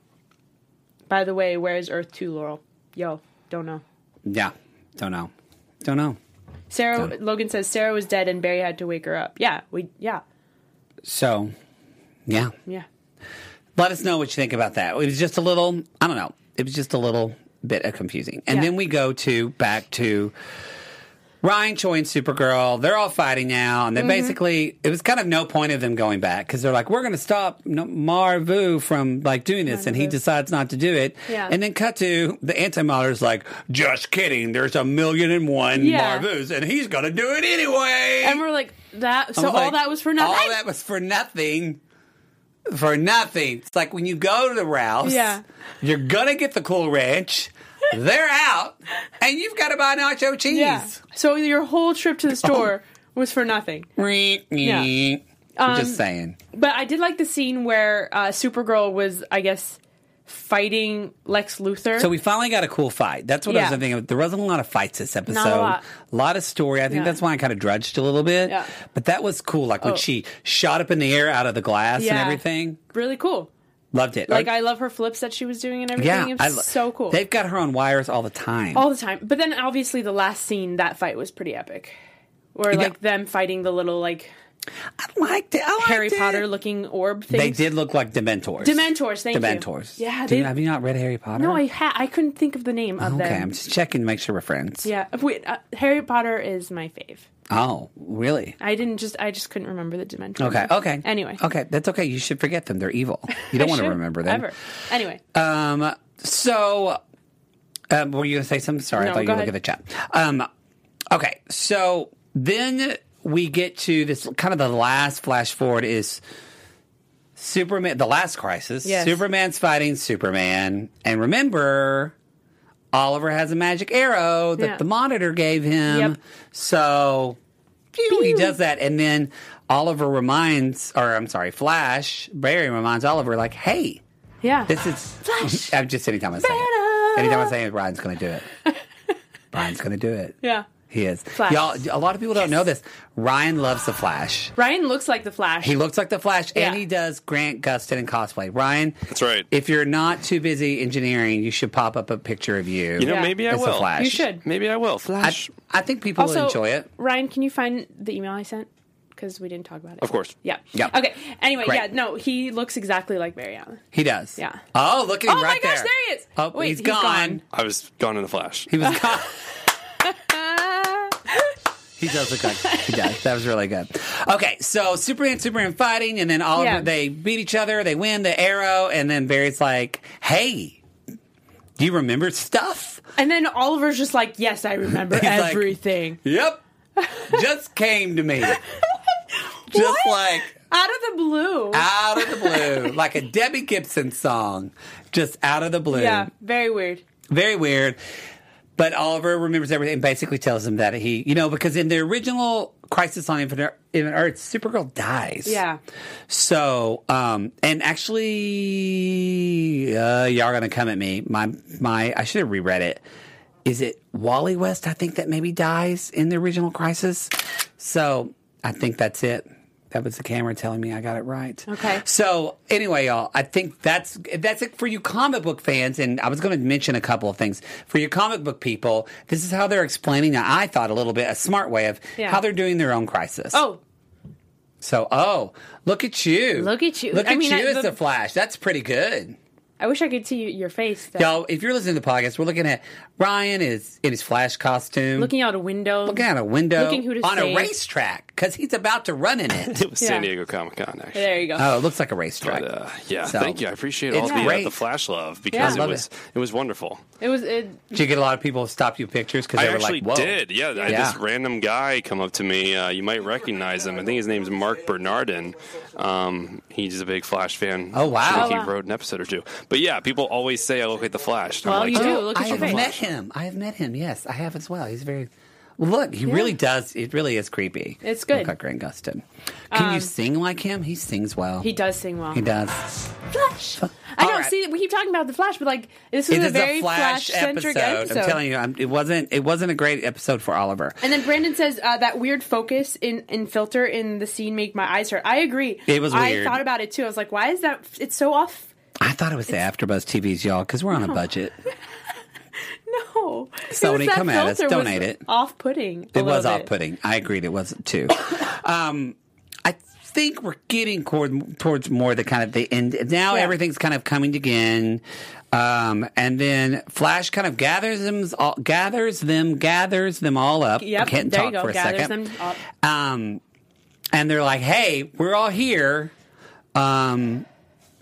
S4: By the way, where is Earth Two, Laurel? Yo, don't know.
S2: Yeah, don't know, don't know.
S4: Sarah Logan says Sarah was dead and Barry had to wake her up. Yeah, we yeah.
S2: So, yeah,
S4: Yeah.
S2: let us know what you think about that. It was just a little. I don't know. It was just a little bit of confusing, and
S4: Yeah.
S2: then we go to back to Ryan Choi and Supergirl, they're all fighting now,
S4: Mm-hmm.
S2: and they basically it was kind of no point of them going back because they're like, we're going to stop no- Marvu from like doing this, and he decides not to do it.
S4: Yeah.
S2: And then cut to the anti-modder's like, just kidding. There's a million and one
S4: Yeah.
S2: Marvus, and he's going to do it anyway.
S4: And we're like that.
S2: I'm
S4: So all
S2: like,
S4: that was for nothing.
S2: All that was for nothing. For nothing. It's like when you go to the Ralphs,
S4: Yeah.
S2: you're gonna get the cool ranch. They're out, and you've got to buy nacho cheese.
S4: yeah. So your whole trip to the store was for nothing.
S2: Yeah. I'm
S4: Um,
S2: just saying.
S4: But I did like the scene where uh, Supergirl was, I guess, fighting Lex Luthor.
S2: So we finally got a cool fight. That's what I
S4: Yeah.
S2: was thinking. of. There wasn't a lot of fights this episode.
S4: lot.
S2: A lot of story. I think
S4: Yeah.
S2: that's why I kind of drudged a little bit.
S4: Yeah.
S2: But that was cool. Like when
S4: Oh.
S2: she shot up in the air out of the glass and
S4: Yeah.
S2: everything.
S4: really cool.
S2: Loved it.
S4: Like I love her flips that she was doing and everything.
S2: yeah,
S4: it was
S2: I lo-
S4: so cool.
S2: They've got her on wires all the time.
S4: all the time. But then obviously the last scene, that fight was pretty epic. Where like them fighting the little like
S2: liked it. I liked
S4: Harry
S2: it.
S4: Potter looking orb things.
S2: They did look like Dementors.
S4: Dementors, thank you.
S2: Dementors.
S4: Yeah,
S2: Dude,
S4: they-
S2: have you not read Harry Potter?
S4: No, I ha- I couldn't think of the name of
S2: Okay,
S4: them.
S2: I'm just checking to make sure we're friends.
S4: yeah, wait, uh, Harry Potter is my fave.
S2: Oh, really?
S4: I didn't just I just couldn't remember the Dementors.
S2: Okay. Okay.
S4: Anyway.
S2: Okay, that's okay. You should forget them. They're evil. You don't want to
S4: Sure,
S2: remember them.
S4: Ever. Anyway.
S2: Um. So, um, were you going to say something? Sorry, I
S4: No,
S2: thought you
S4: go
S2: were looking at
S4: ahead.
S2: the chat. Um. Okay. So then we get to this kind of the last flash forward is Superman. The last crisis.
S4: Yes.
S2: Superman's fighting Superman, and remember. Oliver has a magic arrow that
S4: Yeah.
S2: the monitor gave him.
S4: Yep.
S2: So Pew, he does that, and then Oliver reminds, or I'm sorry, Flash Barry reminds Oliver, like, "Hey,
S4: yeah.
S2: this is
S4: Flash.
S2: I'm just anytime I say it,
S4: Better.
S2: anytime I say it, Brian's going to do it. Brian's going to do it.
S4: yeah.
S2: He is.
S4: Flash.
S2: Y'all, a lot of people don't know this. Ryan loves the Flash.
S4: Ryan looks like the Flash.
S2: He looks like the Flash, and
S4: Yeah.
S2: he does Grant Gustin and cosplay. Ryan,
S5: That's right.
S2: If you're not too busy engineering, you should pop up a picture of you.
S5: You know,
S4: Yeah.
S5: maybe I
S2: It's a
S5: will.
S2: flash.
S4: You should.
S5: Maybe I will.
S2: I,
S5: Flash.
S2: I think people
S4: also,
S2: will enjoy it.
S4: Ryan, can you find the email I sent? Because we didn't talk about it.
S5: Of course.
S4: Yeah.
S2: Yeah.
S4: Okay. Anyway,
S2: Great.
S4: yeah, no, he looks exactly like Barry Allen.
S2: He does.
S4: Yeah.
S2: Oh, look at him
S4: Oh my
S2: right
S4: gosh,
S2: there.
S4: there he is.
S2: Oh,
S4: Wait,
S2: he's
S4: he's gone.
S2: gone.
S5: I was gone in the flash.
S2: He was gone.
S4: Ah.
S2: He does look like he does. That was really good. Okay, so Superman, Superman fighting, and then Oliver
S4: Yeah.
S2: they beat each other. They win the arrow, and then Barry's like, "Hey, do you remember stuff?"
S4: And then Oliver's just like, yes, I remember
S2: He's like-
S4: everything.
S2: Yep, just came to me, just like
S4: Out of the blue.
S2: out of the blue, like a Debbie Gibson song, just out of the blue.
S4: yeah, very weird.
S2: Very weird. But Oliver remembers everything and basically tells him that he, you know, because in the original Crisis on Infinite Infinite Earth, Supergirl dies.
S4: Yeah.
S2: So, um, and actually, uh, y'all are gonna come at me. My, my, I should have reread it. Is it Wally West? I think that maybe dies in the original Crisis. So I think that's it. That was the camera telling me I got it right.
S4: Okay.
S2: So anyway, y'all, I think that's that's it for you comic book fans. And I was going to mention a couple of things for you comic book people. This is how they're explaining. I thought a little bit a smart way of
S4: Yeah.
S2: how they're doing their own crisis.
S4: Oh,
S2: So, oh, look at you.
S4: Look at you.
S2: Look
S4: I
S2: at
S4: mean,
S2: you
S4: I-
S2: as
S4: the-
S2: the Flash. That's pretty good.
S4: I wish I could see your face. though.
S2: Y'all, if you're listening to the podcast, we're looking at Ryan is in his Flash costume.
S4: Looking out a window.
S2: looking out a window.
S4: Looking who to
S2: on a
S4: save.
S2: racetrack because he's about to run in it.
S5: It was San
S4: Yeah.
S5: Diego Comic Con, actually.
S4: There you go.
S2: oh, it looks like a racetrack.
S5: But, uh, yeah,
S2: So,
S5: thank you. I appreciate
S2: it's
S5: all the, uh,
S2: great.
S5: the flash love because
S2: Yeah.
S5: it was it. was wonderful.
S4: It was. It,
S2: Did you get a lot of people stop you pictures because
S5: I
S2: they were
S5: actually
S2: like, "Whoa"?
S5: did. Yeah, I had this
S2: Yeah.
S5: random guy come up to me. Uh, you might recognize him. I think his name's Mark Bernardin. Um, he's a big Flash fan.
S2: Oh, wow.
S5: I think
S4: Oh, wow.
S5: he wrote an episode or two. But yeah, people always say I look like the Flash. and I'm
S4: Well,
S5: like,
S4: you do.
S5: "Oh,
S4: Look
S2: I
S4: at your
S2: have
S4: face.
S2: met him. I have met him. Yes, I have as well. He's very. Well, look, he really does. It really is creepy.
S4: It's good. Um,
S2: Look at Grant Gustin. Can you sing like him? He sings well.
S4: he does sing well.
S2: He does.
S4: Flash. I
S2: All
S4: don't
S2: right.
S4: see. We keep talking about the Flash, but like this was
S2: It
S4: a
S2: is
S4: very
S2: a flash,
S4: Flash-centric
S2: episode.
S4: episode.
S2: I'm telling you, I'm, it wasn't. It wasn't a great episode for Oliver.
S4: And then Brandon says uh, that weird focus in, in filter in the scene make my eyes hurt. I agree.
S2: It was
S4: I
S2: weird.
S4: thought about it too. I was like, why is that? It's so off.
S2: I thought it was the AfterBuzz TVs, y'all, because we're on
S4: Oh,
S2: a budget.
S4: No, It
S2: Sony,
S4: was that
S2: come at us.
S4: filter was
S2: Donate it.
S4: Off putting.
S2: It was off putting. I agreed. It was too. um, I think we're getting toward, towards more the kind of the end. Now
S4: Yeah.
S2: everything's kind of coming again. Um, and then Flash kind of gathers them, all, gathers them, gathers them all up.
S4: Yep,
S2: I can't
S4: there
S2: talk
S4: you go.
S2: for a
S4: Gathers
S2: second.
S4: them up.
S2: Um, and they're like, "Hey, we're all here." Um,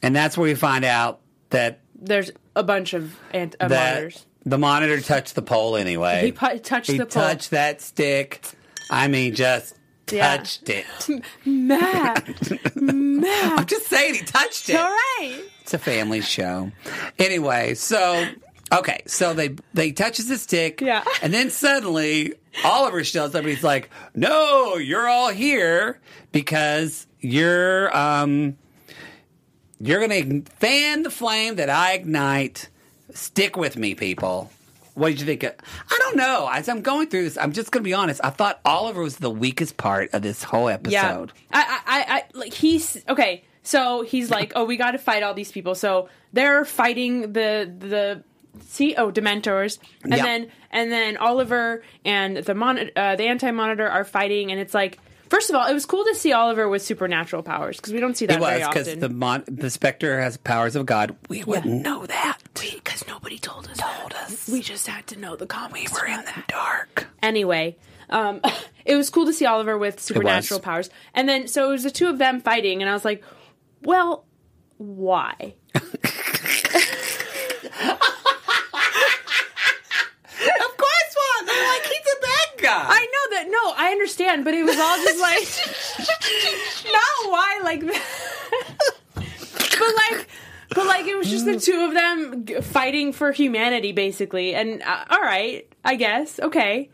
S2: and that's where we find out that
S4: There's a bunch of ant- uh,
S2: that
S4: monitors.
S2: the monitor touched the pole anyway.
S4: He pu- touched
S2: He
S4: the pole.
S2: touched that stick. I mean, just
S4: Yeah.
S2: touched it.
S4: Matt.
S2: I'm just saying, he touched it.
S4: All right.
S2: It's a family show. Anyway, so okay, so they they touches the stick,
S4: Yeah.
S2: and then suddenly Oliver shows up and he's like, "No, you're all here because you're um you're gonna fan the flame that I ignite. Stick with me, people." What did you think? Of? I don't know. As I'm going through this, I'm just going to be honest. I thought Oliver was the weakest part of this whole
S4: Yeah.
S2: episode.
S4: I, I, I, I, like he's okay. So he's like, oh, we got to fight all these people. So they're fighting the the see, oh, Dementors, and
S2: Yeah.
S4: then and then Oliver and the mon- uh, the anti monitor are fighting, and it's like. First of all, it was cool to see Oliver with supernatural powers because we don't see that
S2: It was
S4: very
S2: because
S4: often.
S2: the mon- the specter has powers of God. We wouldn't know that because
S4: Nobody told us.
S2: told us.
S4: We just had to know the comics.
S2: were in the dark.
S4: anyway um, it was cool to see oliver with supernatural powers and then so it was the two of them fighting and i was like well why
S2: Of course, one. They're like he's a bad guy.
S4: i know that no i understand but it was all just like not why like but like but like it was just the two of them g- fighting for humanity basically and uh, all right i guess okay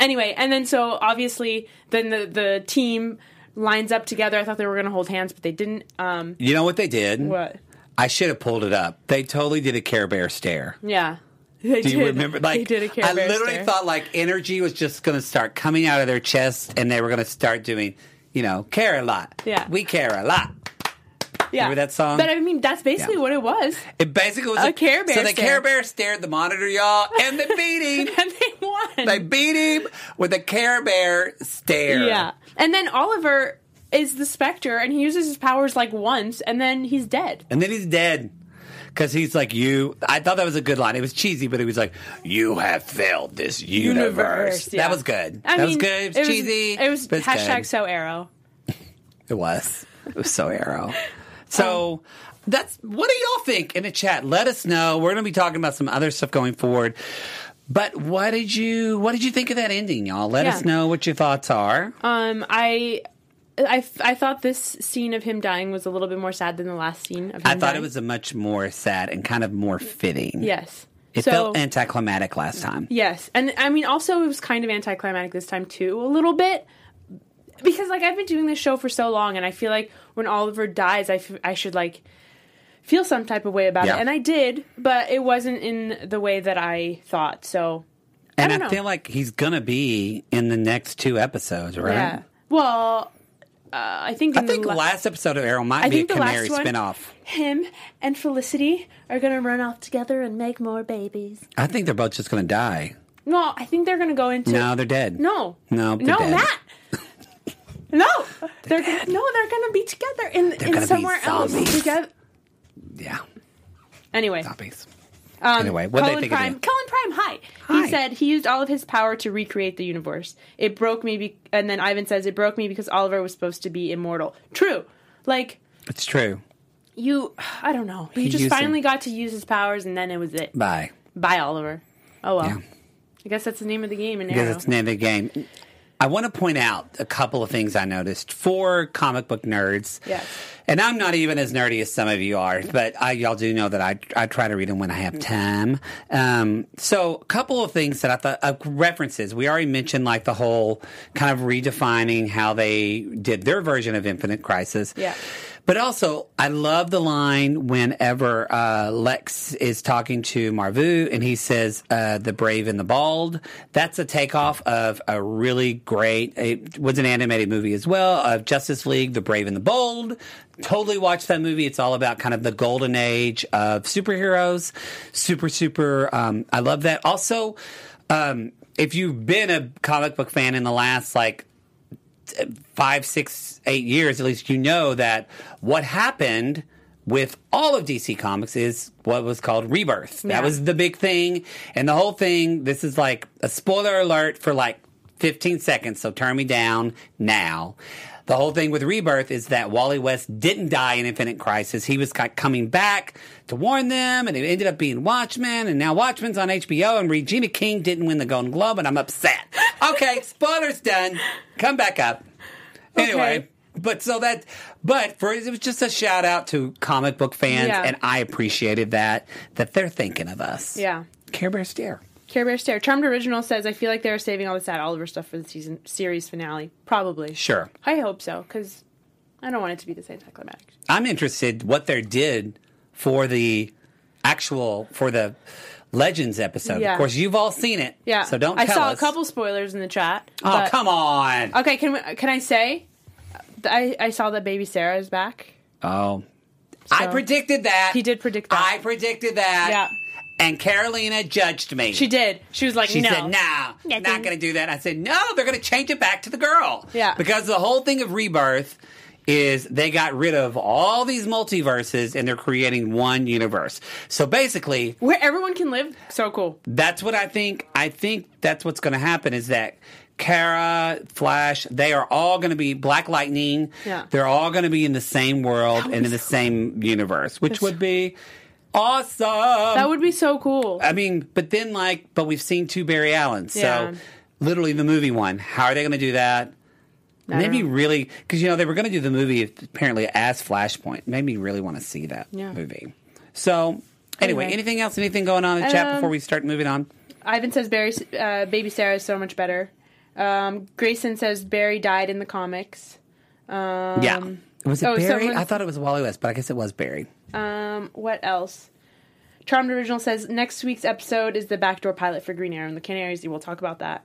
S4: anyway and then so obviously then the the team lines up together i thought they were going to hold hands but they didn't um
S2: you know what they did?
S4: what
S2: I should have pulled it up. They totally did a Care Bear stare.
S4: Yeah. They
S2: Do you
S4: did.
S2: remember? Like
S4: they did a Care
S2: I
S4: Bear
S2: literally
S4: stare.
S2: thought like energy was just going to start coming out of their chest, and they were going to start doing, you know, care a lot.
S4: Yeah.
S2: we care a lot.
S4: yeah.
S2: remember that song?
S4: But I mean, that's basically
S2: Yeah.
S4: what it was.
S2: It basically was
S4: A Care Bear
S2: So the
S4: stare.
S2: Care Bear stared the monitor, y'all, and they beat him.
S4: and they won.
S2: They beat him with a Care Bear stare.
S4: yeah. And then Oliver is the Spectre, and he uses his powers like once, and then he's dead.
S2: And then he's dead. Because he's like, you. I thought that was a good line. It was cheesy, but it was like, you have failed this universe.
S4: yeah.
S2: That was good. that
S4: I mean,
S2: was good. It was cheesy.
S4: It was
S2: but it's
S4: hashtag
S2: good.
S4: so arrow.
S2: It was. It was so arrow.
S4: Um,
S2: So that's what do y'all think in the chat? Let us know. We're gonna be talking about some other stuff going forward. But what did you what did you think of that ending, y'all? Let
S4: Yeah.
S2: us know what your thoughts are.
S4: Um, I. I, I thought this scene of him dying was a little bit more sad than the last scene. Of him
S2: I thought
S4: dying.
S2: it was a much more sad and kind of more fitting.
S4: yes.
S2: It felt anticlimactic last time.
S4: Yes, and I mean, also it was kind of anticlimactic this time too, a little bit, because like I've been doing this show for so long, and I feel like when Oliver dies, I, f- I should like feel some type of way about
S2: Yeah.
S4: it, and I did, but it wasn't in the way that I thought. So
S2: And
S4: I
S2: I,
S4: don't know.
S2: feel like he's gonna be in the next two episodes, right?
S4: yeah, well, uh, I think
S2: I
S4: in the
S2: think
S4: la-
S2: last episode of Arrow might
S4: I
S2: be a
S4: think the
S2: canary
S4: last one,
S2: spinoff.
S4: him and Felicity are gonna run off together and make more babies.
S2: I think they're both just gonna die.
S4: No, I think they're gonna go into
S2: No, they're dead.
S4: No.
S2: No, they're
S4: No,
S2: dead.
S4: Matt. No, they're, gonna, no, they're gonna be together in,
S2: gonna
S4: in
S2: be
S4: somewhere else
S2: zombies.
S4: together.
S2: Yeah.
S4: Anyway,
S2: Zombies.
S4: um,
S2: Anyway, what'd they
S4: Cullen
S2: think of
S4: Prime,
S2: it?
S4: Cullen Prime, hi.
S2: Hi.
S4: He said he used all of his power to recreate the universe. It broke me, be- and then Ivan says it broke me because Oliver was supposed to be immortal. True, like
S2: It's true.
S4: you, I don't know. He,
S2: He
S4: just
S2: used
S4: finally
S2: them.
S4: got to use his powers, and then it was it.
S2: Bye.
S4: Bye, Oliver. Oh well,
S2: Yeah.
S4: I guess that's the name of the game in
S2: Because
S4: Arrow.
S2: it's the name of the game. I want to point out a couple of things I noticed for comic book nerds.
S4: Yes.
S2: And I'm not even as nerdy as some of you are, but I, y'all do know that I, I try to read them when I have time. Um, so, a couple of things that I thought uh, references. We already mentioned like the whole kind of redefining how they did their version of Infinite Crisis.
S4: Yeah.
S2: But also, I love the line whenever uh, Lex is talking to Marvu and he says, uh, the brave and the bald. That's a takeoff of a really great, it was an animated movie as well, of Justice League, The Brave and the Bold. Totally watch that movie. It's all about kind of the golden age of superheroes. Super, super. Um, I love that. Also, um, if you've been a comic book fan in the last like five, six, eight years, at least you know that what happened with all of DC Comics is what was called Rebirth.
S4: Yeah.
S2: That was the big thing. And the whole thing, this is like a spoiler alert for like 15 seconds, so turn me down now. The whole thing with Rebirth is that Wally West didn't die in Infinite Crisis. He was ki- coming back to warn them, and it ended up being Watchmen, and now Watchmen's on HBO, and Regina King didn't win the Golden Globe, and I'm upset. Okay, spoilers done. Come back up. Anyway.
S4: Okay.
S2: But so that, but for it was just a shout out to comic book fans,
S4: Yeah.
S2: and I appreciated that that they're thinking of us.
S4: Yeah.
S2: Care Bear stare.
S4: Care Bear Stare. Charmed Original says, I feel like they're saving all the sad Oliver stuff for the season series finale. Probably.
S2: Sure,
S4: I hope so, because I don't want it to be this anticlimactic.
S2: I'm interested what they did for the actual for the Legends episode.
S4: Yeah.
S2: Of course, you've all seen it.
S4: Yeah.
S2: So don't.
S4: I
S2: tell
S4: saw
S2: us.
S4: a couple Uh, spoilers in the chat.
S2: Oh come on.
S4: Okay, can we, can I say? I, I saw that baby Sarah is back.
S2: Oh, I
S4: So-
S2: predicted that.
S4: He did predict that.
S2: I predicted that.
S4: Yeah.
S2: And Carolina judged me.
S4: She did. She was like,
S2: She
S4: no.
S2: said, "Nah,
S4: Nothing.
S2: not going to do that." I said, "No, they're going to change it back to the girl."
S4: Yeah.
S2: because the whole thing of rebirth is they got rid of all these multiverses and they're creating one universe. So basically,
S4: Where everyone can live. So cool.
S2: that's what I think. I think that's what's going to happen is that Kara, Flash, they are all going to be Black Lightning.
S4: Yeah.
S2: They're all going to be in the same world and in the same universe, which would be awesome.
S4: That would be so cool.
S2: I mean, but then like, but we've seen two Barry Allens,
S4: Yeah.
S2: so literally the movie one. How are they going to do that?
S4: I
S2: Made me
S4: don't know.
S2: really because you know they were going to do the movie apparently as Flashpoint. Made me really want to see that
S4: Yeah.
S2: movie. So anyway,
S4: Anyway.
S2: anything else? Anything going on in the chat
S4: Um,
S2: before we start moving on?
S4: Ivan says Barry, uh, baby Sarah is so much better. Um, Grayson says Barry died in the comics.
S2: yeah, was it
S4: um, oh,
S2: Barry?
S4: someone-
S2: I thought it was Wally West, but I guess it was Barry.
S4: Um, what else? Charmed Original says next week's episode is the backdoor pilot for Green Arrow and the Canaries. We'll talk about that.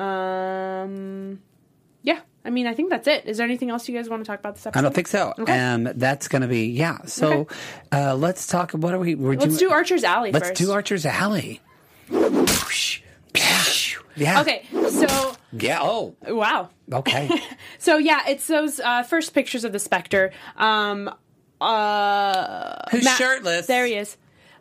S4: Um, yeah, I mean, I think that's it. Is there anything else you guys want to talk about this episode?
S2: I don't think so.
S4: Okay.
S2: Um, that's going to be yeah. So
S4: Okay.
S2: uh, let's talk. What are we? We're
S4: Let's
S2: doing,
S4: do Archer's Alley
S2: Let's
S4: first.
S2: do Archer's Alley. yeah.
S4: Okay, so
S2: Yeah. Oh.
S4: wow.
S2: Okay.
S4: So yeah, it's those uh, first pictures of the Spectre. Um, uh,
S2: Who's
S4: Matt-
S2: shirtless?
S4: There he is.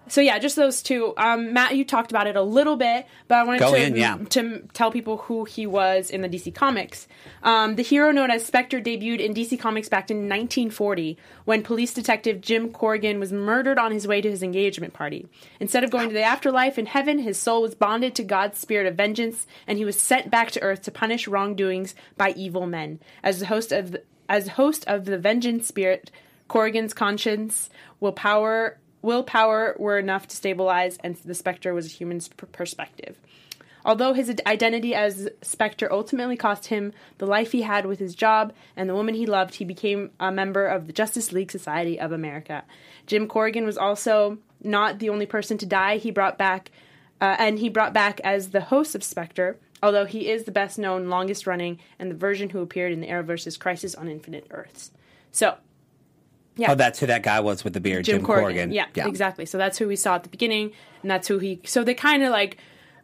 S4: So yeah, just those two. Um, Matt, you talked about it a little bit, but I wanted
S2: Go
S4: to
S2: in, yeah.
S4: to tell people who he was in the DC Comics. Um, the hero known as Spectre debuted in DC Comics back in 1940 when police detective Jim Corrigan was murdered on his way to his engagement party. Instead of going to the afterlife in heaven, his soul was bonded to God's spirit of vengeance, and he was sent back to Earth to punish wrongdoings by evil men. As the host of the, as host of the Vengeance Spirit, Corrigan's conscience will power. Willpower were enough to stabilize, and the specter was a human's p- perspective. Although his ad- identity as Spectre ultimately cost him the life he had with his job and the woman he loved, he became a member of the Justice League Society of America. Jim Corrigan was also not the only person to die. He brought back, uh, and he brought back as the host of Spectre, although he is the best known, longest running, and the version who appeared in the Arrowverse's Crisis on Infinite Earths. So, yeah.
S2: Oh, that's who that guy was with the beard, Jim, Corrigan.
S4: Yeah, exactly. So that's who we saw at the beginning, and that's who he. So they kind of like,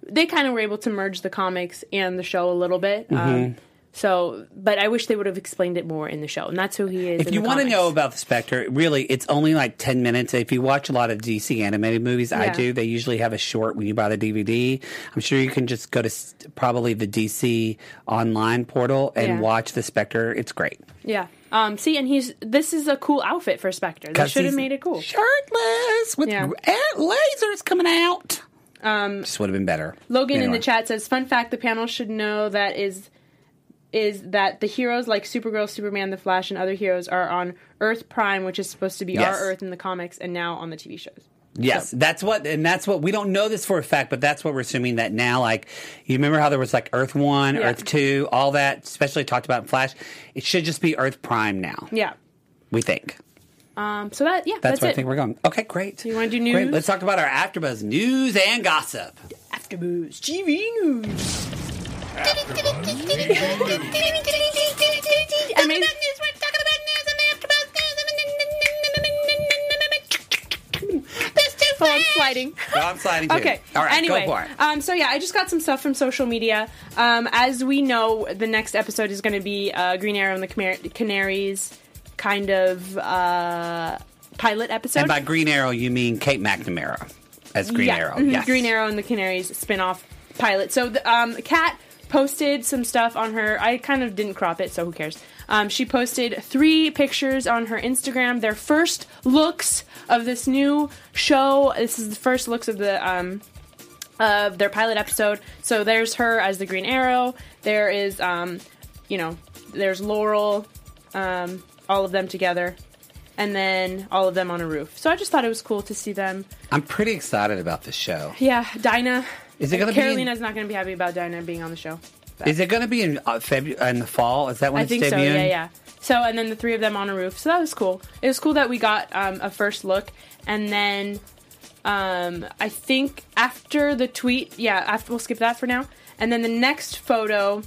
S4: they kind of were able to merge the comics and the show a little bit.
S2: Mm-hmm.
S4: Um, so, but I wish they would have explained it more in the show, and that's who he is.
S2: If you want to know about the Spectre, really, it's only like 10 minutes. If you watch a lot of DC animated movies, I
S4: Yeah.
S2: do, they usually have a short when you buy the DVD. I'm sure you can just go to s- probably the DC online portal and
S4: Yeah.
S2: watch the Spectre. It's great.
S4: yeah. Um, see, and he's this is a cool outfit for Spectre. They
S2: 'Cause
S4: should have
S2: he's
S4: made it cool.
S2: Shirtless with
S4: Yeah.
S2: gr- eh, lasers coming out. Um, just would have been better.
S4: Logan in
S2: Anyway.
S4: the chat says, "Fun fact: the panel should know that is is that the heroes like Supergirl, Superman, the Flash, and other heroes are on Earth Prime, which is supposed to be
S2: Yes.
S4: our Earth in the comics, and now on the TV shows."
S2: Yes, that's what, and that's what we don't know this for a fact, but that's what we're assuming that now. Like, you remember how there was like Earth One,
S4: Yeah.
S2: Earth Two, all that, especially talked about in Flash. It should just be Earth Prime now.
S4: Yeah.
S2: we think
S4: Um, so that yeah,
S2: that's,
S4: that's,
S2: where
S4: it.
S2: I think we're going. Okay, great.
S4: you wanna do news?
S2: Great. Let's talk about our AfterBuzz news and gossip.
S4: AfterBuzz TV news.
S7: There's two
S4: Hold on, sliding.
S2: No, I'm sliding too.
S4: Okay.
S2: All right,
S4: Anyway,
S2: go for it.
S4: Um, so yeah, I just got some stuff from social media. Um, as we know, the next episode is going to be uh, Green Arrow and the Canar- Canaries, kind of uh, pilot episode.
S2: and by Green Arrow, you mean Kate McNamara as Green
S4: yeah.
S2: Arrow.
S4: mhm,
S2: Yes.
S4: Green Arrow and the Canaries spin-off pilot. So the um, Kat posted some stuff on her. I kind of didn't crop it, so who cares? Um, she posted three pictures on her Instagram. Their first looks of this new show. This is the first looks of the um, of their pilot episode. So there's her as the Green Arrow. There is, um, you know, there's Laurel, um, all of them together, and then all of them on a roof. So I just thought it was cool to see them.
S2: I'm pretty excited about this show.
S4: Yeah, Dinah.
S2: Is it gonna be in-
S4: Carolina's not going to be happy about Dinah being on the show. But
S2: Is it going to be in uh, February in the fall? Is that when
S4: I
S2: it's
S4: think so.
S2: debuting?
S4: Yeah, yeah. So and then the three of them on a roof. So that was cool. It was cool that we got um, a first look, and then um, I think after the tweet, yeah, after, we'll skip that for now. And then the next photo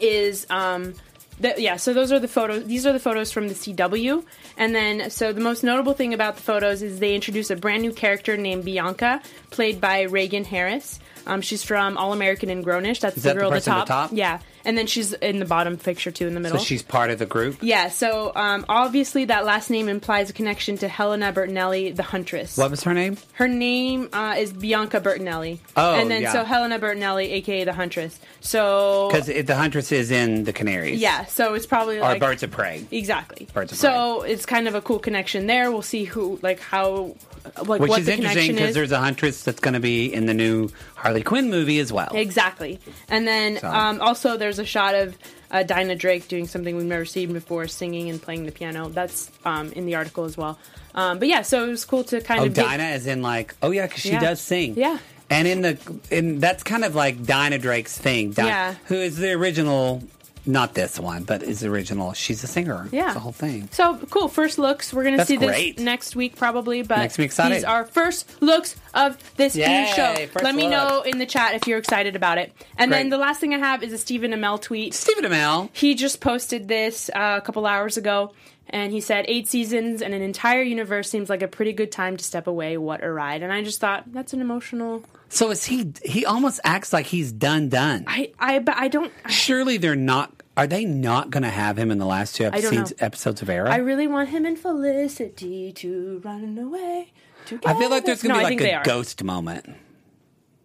S4: is um the, yeah so those are the photos these are the photos from the cw and then so the most notable thing about the photos is they introduce a brand new character named bianca played by reagan harris um, she's from all american and grownish that's
S2: that
S4: the
S2: the
S4: girl
S2: person at the top?
S4: yeah and then she's in the bottom picture too in the middle
S2: So she's part of the group.
S4: yeah so um, obviously that last name implies a connection to helena bertinelli the huntress
S2: What was her name?
S4: her name uh, is bianca bertinelli
S2: Oh,
S4: and then
S2: yeah.
S4: so helena bertinelli aka the huntress so
S2: Because the Huntress is in the Canaries.
S4: yeah, so it's probably
S2: Or
S4: like
S2: Birds of Prey.
S4: Exactly.
S2: Birds of
S4: so it's kind of a cool connection there. We'll see who, like, how, like,
S2: Which
S4: what
S2: is
S4: the
S2: interesting
S4: connection
S2: because
S4: is.
S2: there's a Huntress that's going to be in the new Harley Quinn movie as well.
S4: exactly. And then
S2: So-
S4: um, also there's a shot of uh, Dinah Drake doing something we've never seen before, singing and playing the piano. That's um, in the article as well. Um, but yeah, so it was cool to kind
S2: Oh,
S4: of dig-
S2: Dinah is in like, oh yeah, because she
S4: Yeah.
S2: does sing.
S4: Yeah.
S2: And in the, and that's kind of like Dinah Drake's thing. Dinah,
S4: Yeah.
S2: Who is the original, not this one, but is the original. She's a singer.
S4: Yeah.
S2: It's the whole thing.
S4: So cool. First looks. We're gonna
S2: That's
S4: see this
S2: great.
S4: next week probably, but
S2: Next week, Saturday.
S4: these are first looks of this
S2: Yay,
S4: new show.
S2: first
S4: Let me
S2: look.
S4: know in the chat if you're excited about it. And
S2: Great.
S4: then the last thing I have is a Stephen Amell tweet.
S2: Stephen Amell.
S4: He just posted this uh, a couple hours ago, and he said, Eight seasons and an entire universe seems like a pretty good time to step away. What a ride. And I just thought, that's an emotional.
S2: So is he, he almost acts like he's done, done.
S4: I, I, but I don't.
S2: Surely they're not, are they not going to have him in the last two
S4: don't
S2: episodes,
S4: know.
S2: episodes of Arrow?
S4: I really want him and Felicity to run away. Together.
S2: I feel like there's going
S4: No,
S2: to be
S4: I think
S2: like
S4: they
S2: a
S4: are.
S2: ghost moment.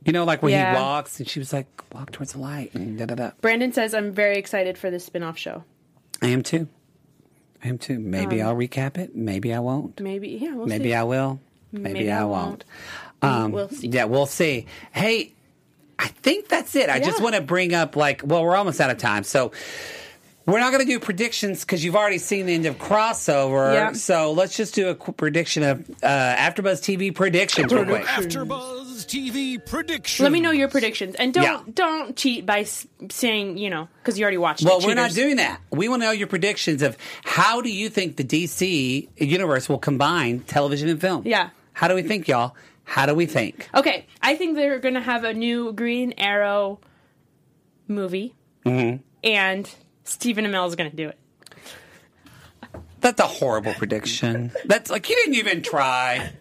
S2: You know, like when
S4: Yeah.
S2: he walks and she was like, walk towards the light and da da da.
S4: Brandon says, I'm very excited for this spin off show.
S2: I am too. I am too. Maybe I'll recap it. Maybe I won't.
S4: Um, Maybe, yeah, we'll
S2: Maybe
S4: see.
S2: I will. Maybe,
S4: Maybe
S2: I
S4: I
S2: won't. Um,
S4: We'll see.
S2: Yeah, we'll see. Hey, I think that's it. I just
S4: Yeah.
S2: want to bring up, like, well, we're almost out of time. So we're not going to do predictions because you've already seen the end of crossover.
S4: Yeah.
S2: So let's just do a quick prediction of uh, AfterBuzz TV predictions real quick.
S6: AfterBuzz TV prediction.
S4: Let me know your predictions, and don't
S2: Yeah.
S4: don't cheat by s- saying you know because you already watched.
S2: Well,
S4: it,
S2: we're not
S4: cheaters.
S2: doing that. We want to know your predictions of how do you think the DC universe will combine television and film?
S4: Yeah.
S2: How do we think, y'all? How do we think?
S4: Okay, I think they're going to have a new Green Arrow movie,
S2: Mm-hmm.
S4: and Stephen Amell is going to do it.
S2: That's a horrible prediction. That's like you didn't even try.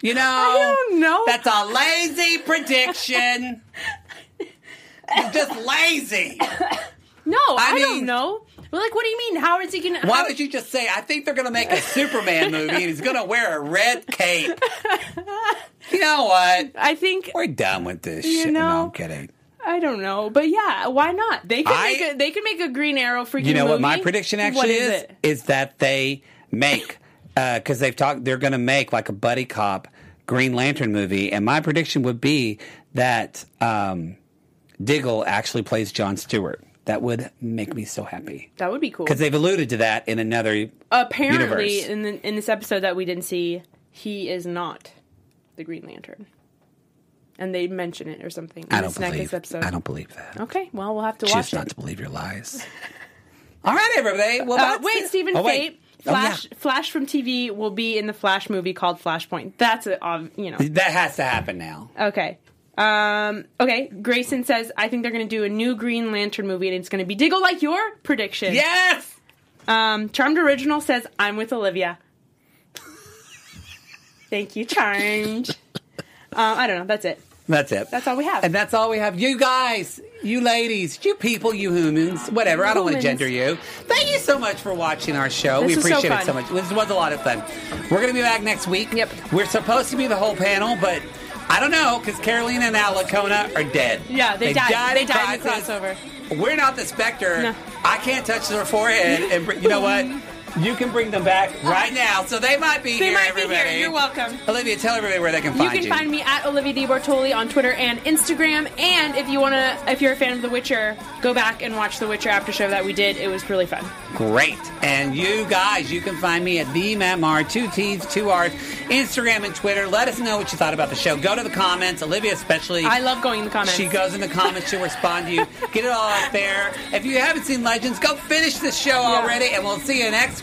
S2: You know? I
S4: don't know.
S2: That's a lazy prediction. You're just lazy.
S4: No, I,
S2: mean-
S4: don't know. Well, like, what do you mean? How is he going to?
S2: Why would you just say, I think they're going to make a Superman movie and he's going to wear a red cape? You know what?
S4: I think
S2: We're done with this shit. No,
S4: know,
S2: I'm kidding.
S4: I don't know, but yeah, why not? They could
S2: I-
S4: make a, they could make a Green Arrow freaking.
S2: You know what my
S4: movie.
S2: prediction actually
S4: What
S2: is?
S4: it?
S2: Is that they make because they've talked they're going to make like a buddy cop Green Lantern movie, and my prediction would be that um, Diggle actually plays John Stewart. That would make me so happy
S4: That would be cool.
S2: because they've alluded to that in another
S4: Apparently,
S2: universe.
S4: in the, in this episode that we didn't see, he is not the Green Lantern, and they mention it or something. In
S2: I
S4: this
S2: don't believe.
S4: next episode.
S2: I don't believe that.
S4: Okay, well we'll have to
S2: Choose
S4: watch
S2: not
S4: it.
S2: to believe your lies. All right, everybody. Well,
S4: Uh,
S2: that's
S4: wait,
S2: it.
S4: Stephen
S2: Oh, wait.
S4: Fate.
S2: Oh, yeah.
S4: Flash, Flash from TV will be in the Flash movie called Flashpoint. That's a, ob- you know.
S2: That has to happen now.
S4: Okay. Um, okay. Grayson says, I think they're going to do a new Green Lantern movie, and it's going to be Diggle like your prediction.
S2: Yes.
S4: Um, Charmed Original says, I'm with Olivia. Thank you, Charmed. um, I don't know. That's it.
S2: That's it.
S4: That's all we have.
S2: And that's all we have. You guys, you ladies, you people, you humans, whatever. I don't want to
S4: Humans.
S2: gender you. Thank you so much for watching our show.
S4: This
S2: we
S4: was so
S2: appreciate
S4: fun.
S2: it so much. This was a lot of fun. We're going to be back next week.
S4: Yep.
S2: We're supposed to be the whole panel, but I don't know because Carolina and Alacona are dead.
S4: Yeah, they, died. They
S2: in
S4: died in the
S2: crisis.
S4: crossover.
S2: We're not the specter.
S4: No.
S2: I can't touch their forehead. And br- you know what? You can bring them back right now. So they might be
S4: They
S2: here,
S4: might
S2: everybody.
S4: be here. You're welcome.
S2: Olivia, tell everybody where they can
S4: You
S2: find you.
S4: can find me at Olivia D. Bortoli on Twitter and Instagram. And if you wanna, if you're a fan of The Witcher, go back and watch The Witcher after show that we did. It was really fun.
S2: Great. And you guys, you can find me at the Matt Maher, two T's, two R's, Instagram and Twitter. Let us know what you thought about the show. Go to the comments. Olivia especially.
S4: I love going in the comments.
S2: She goes in the comments. She'll respond to you. Get it all out there. If you haven't seen Legends, go finish the show already, and we'll see you next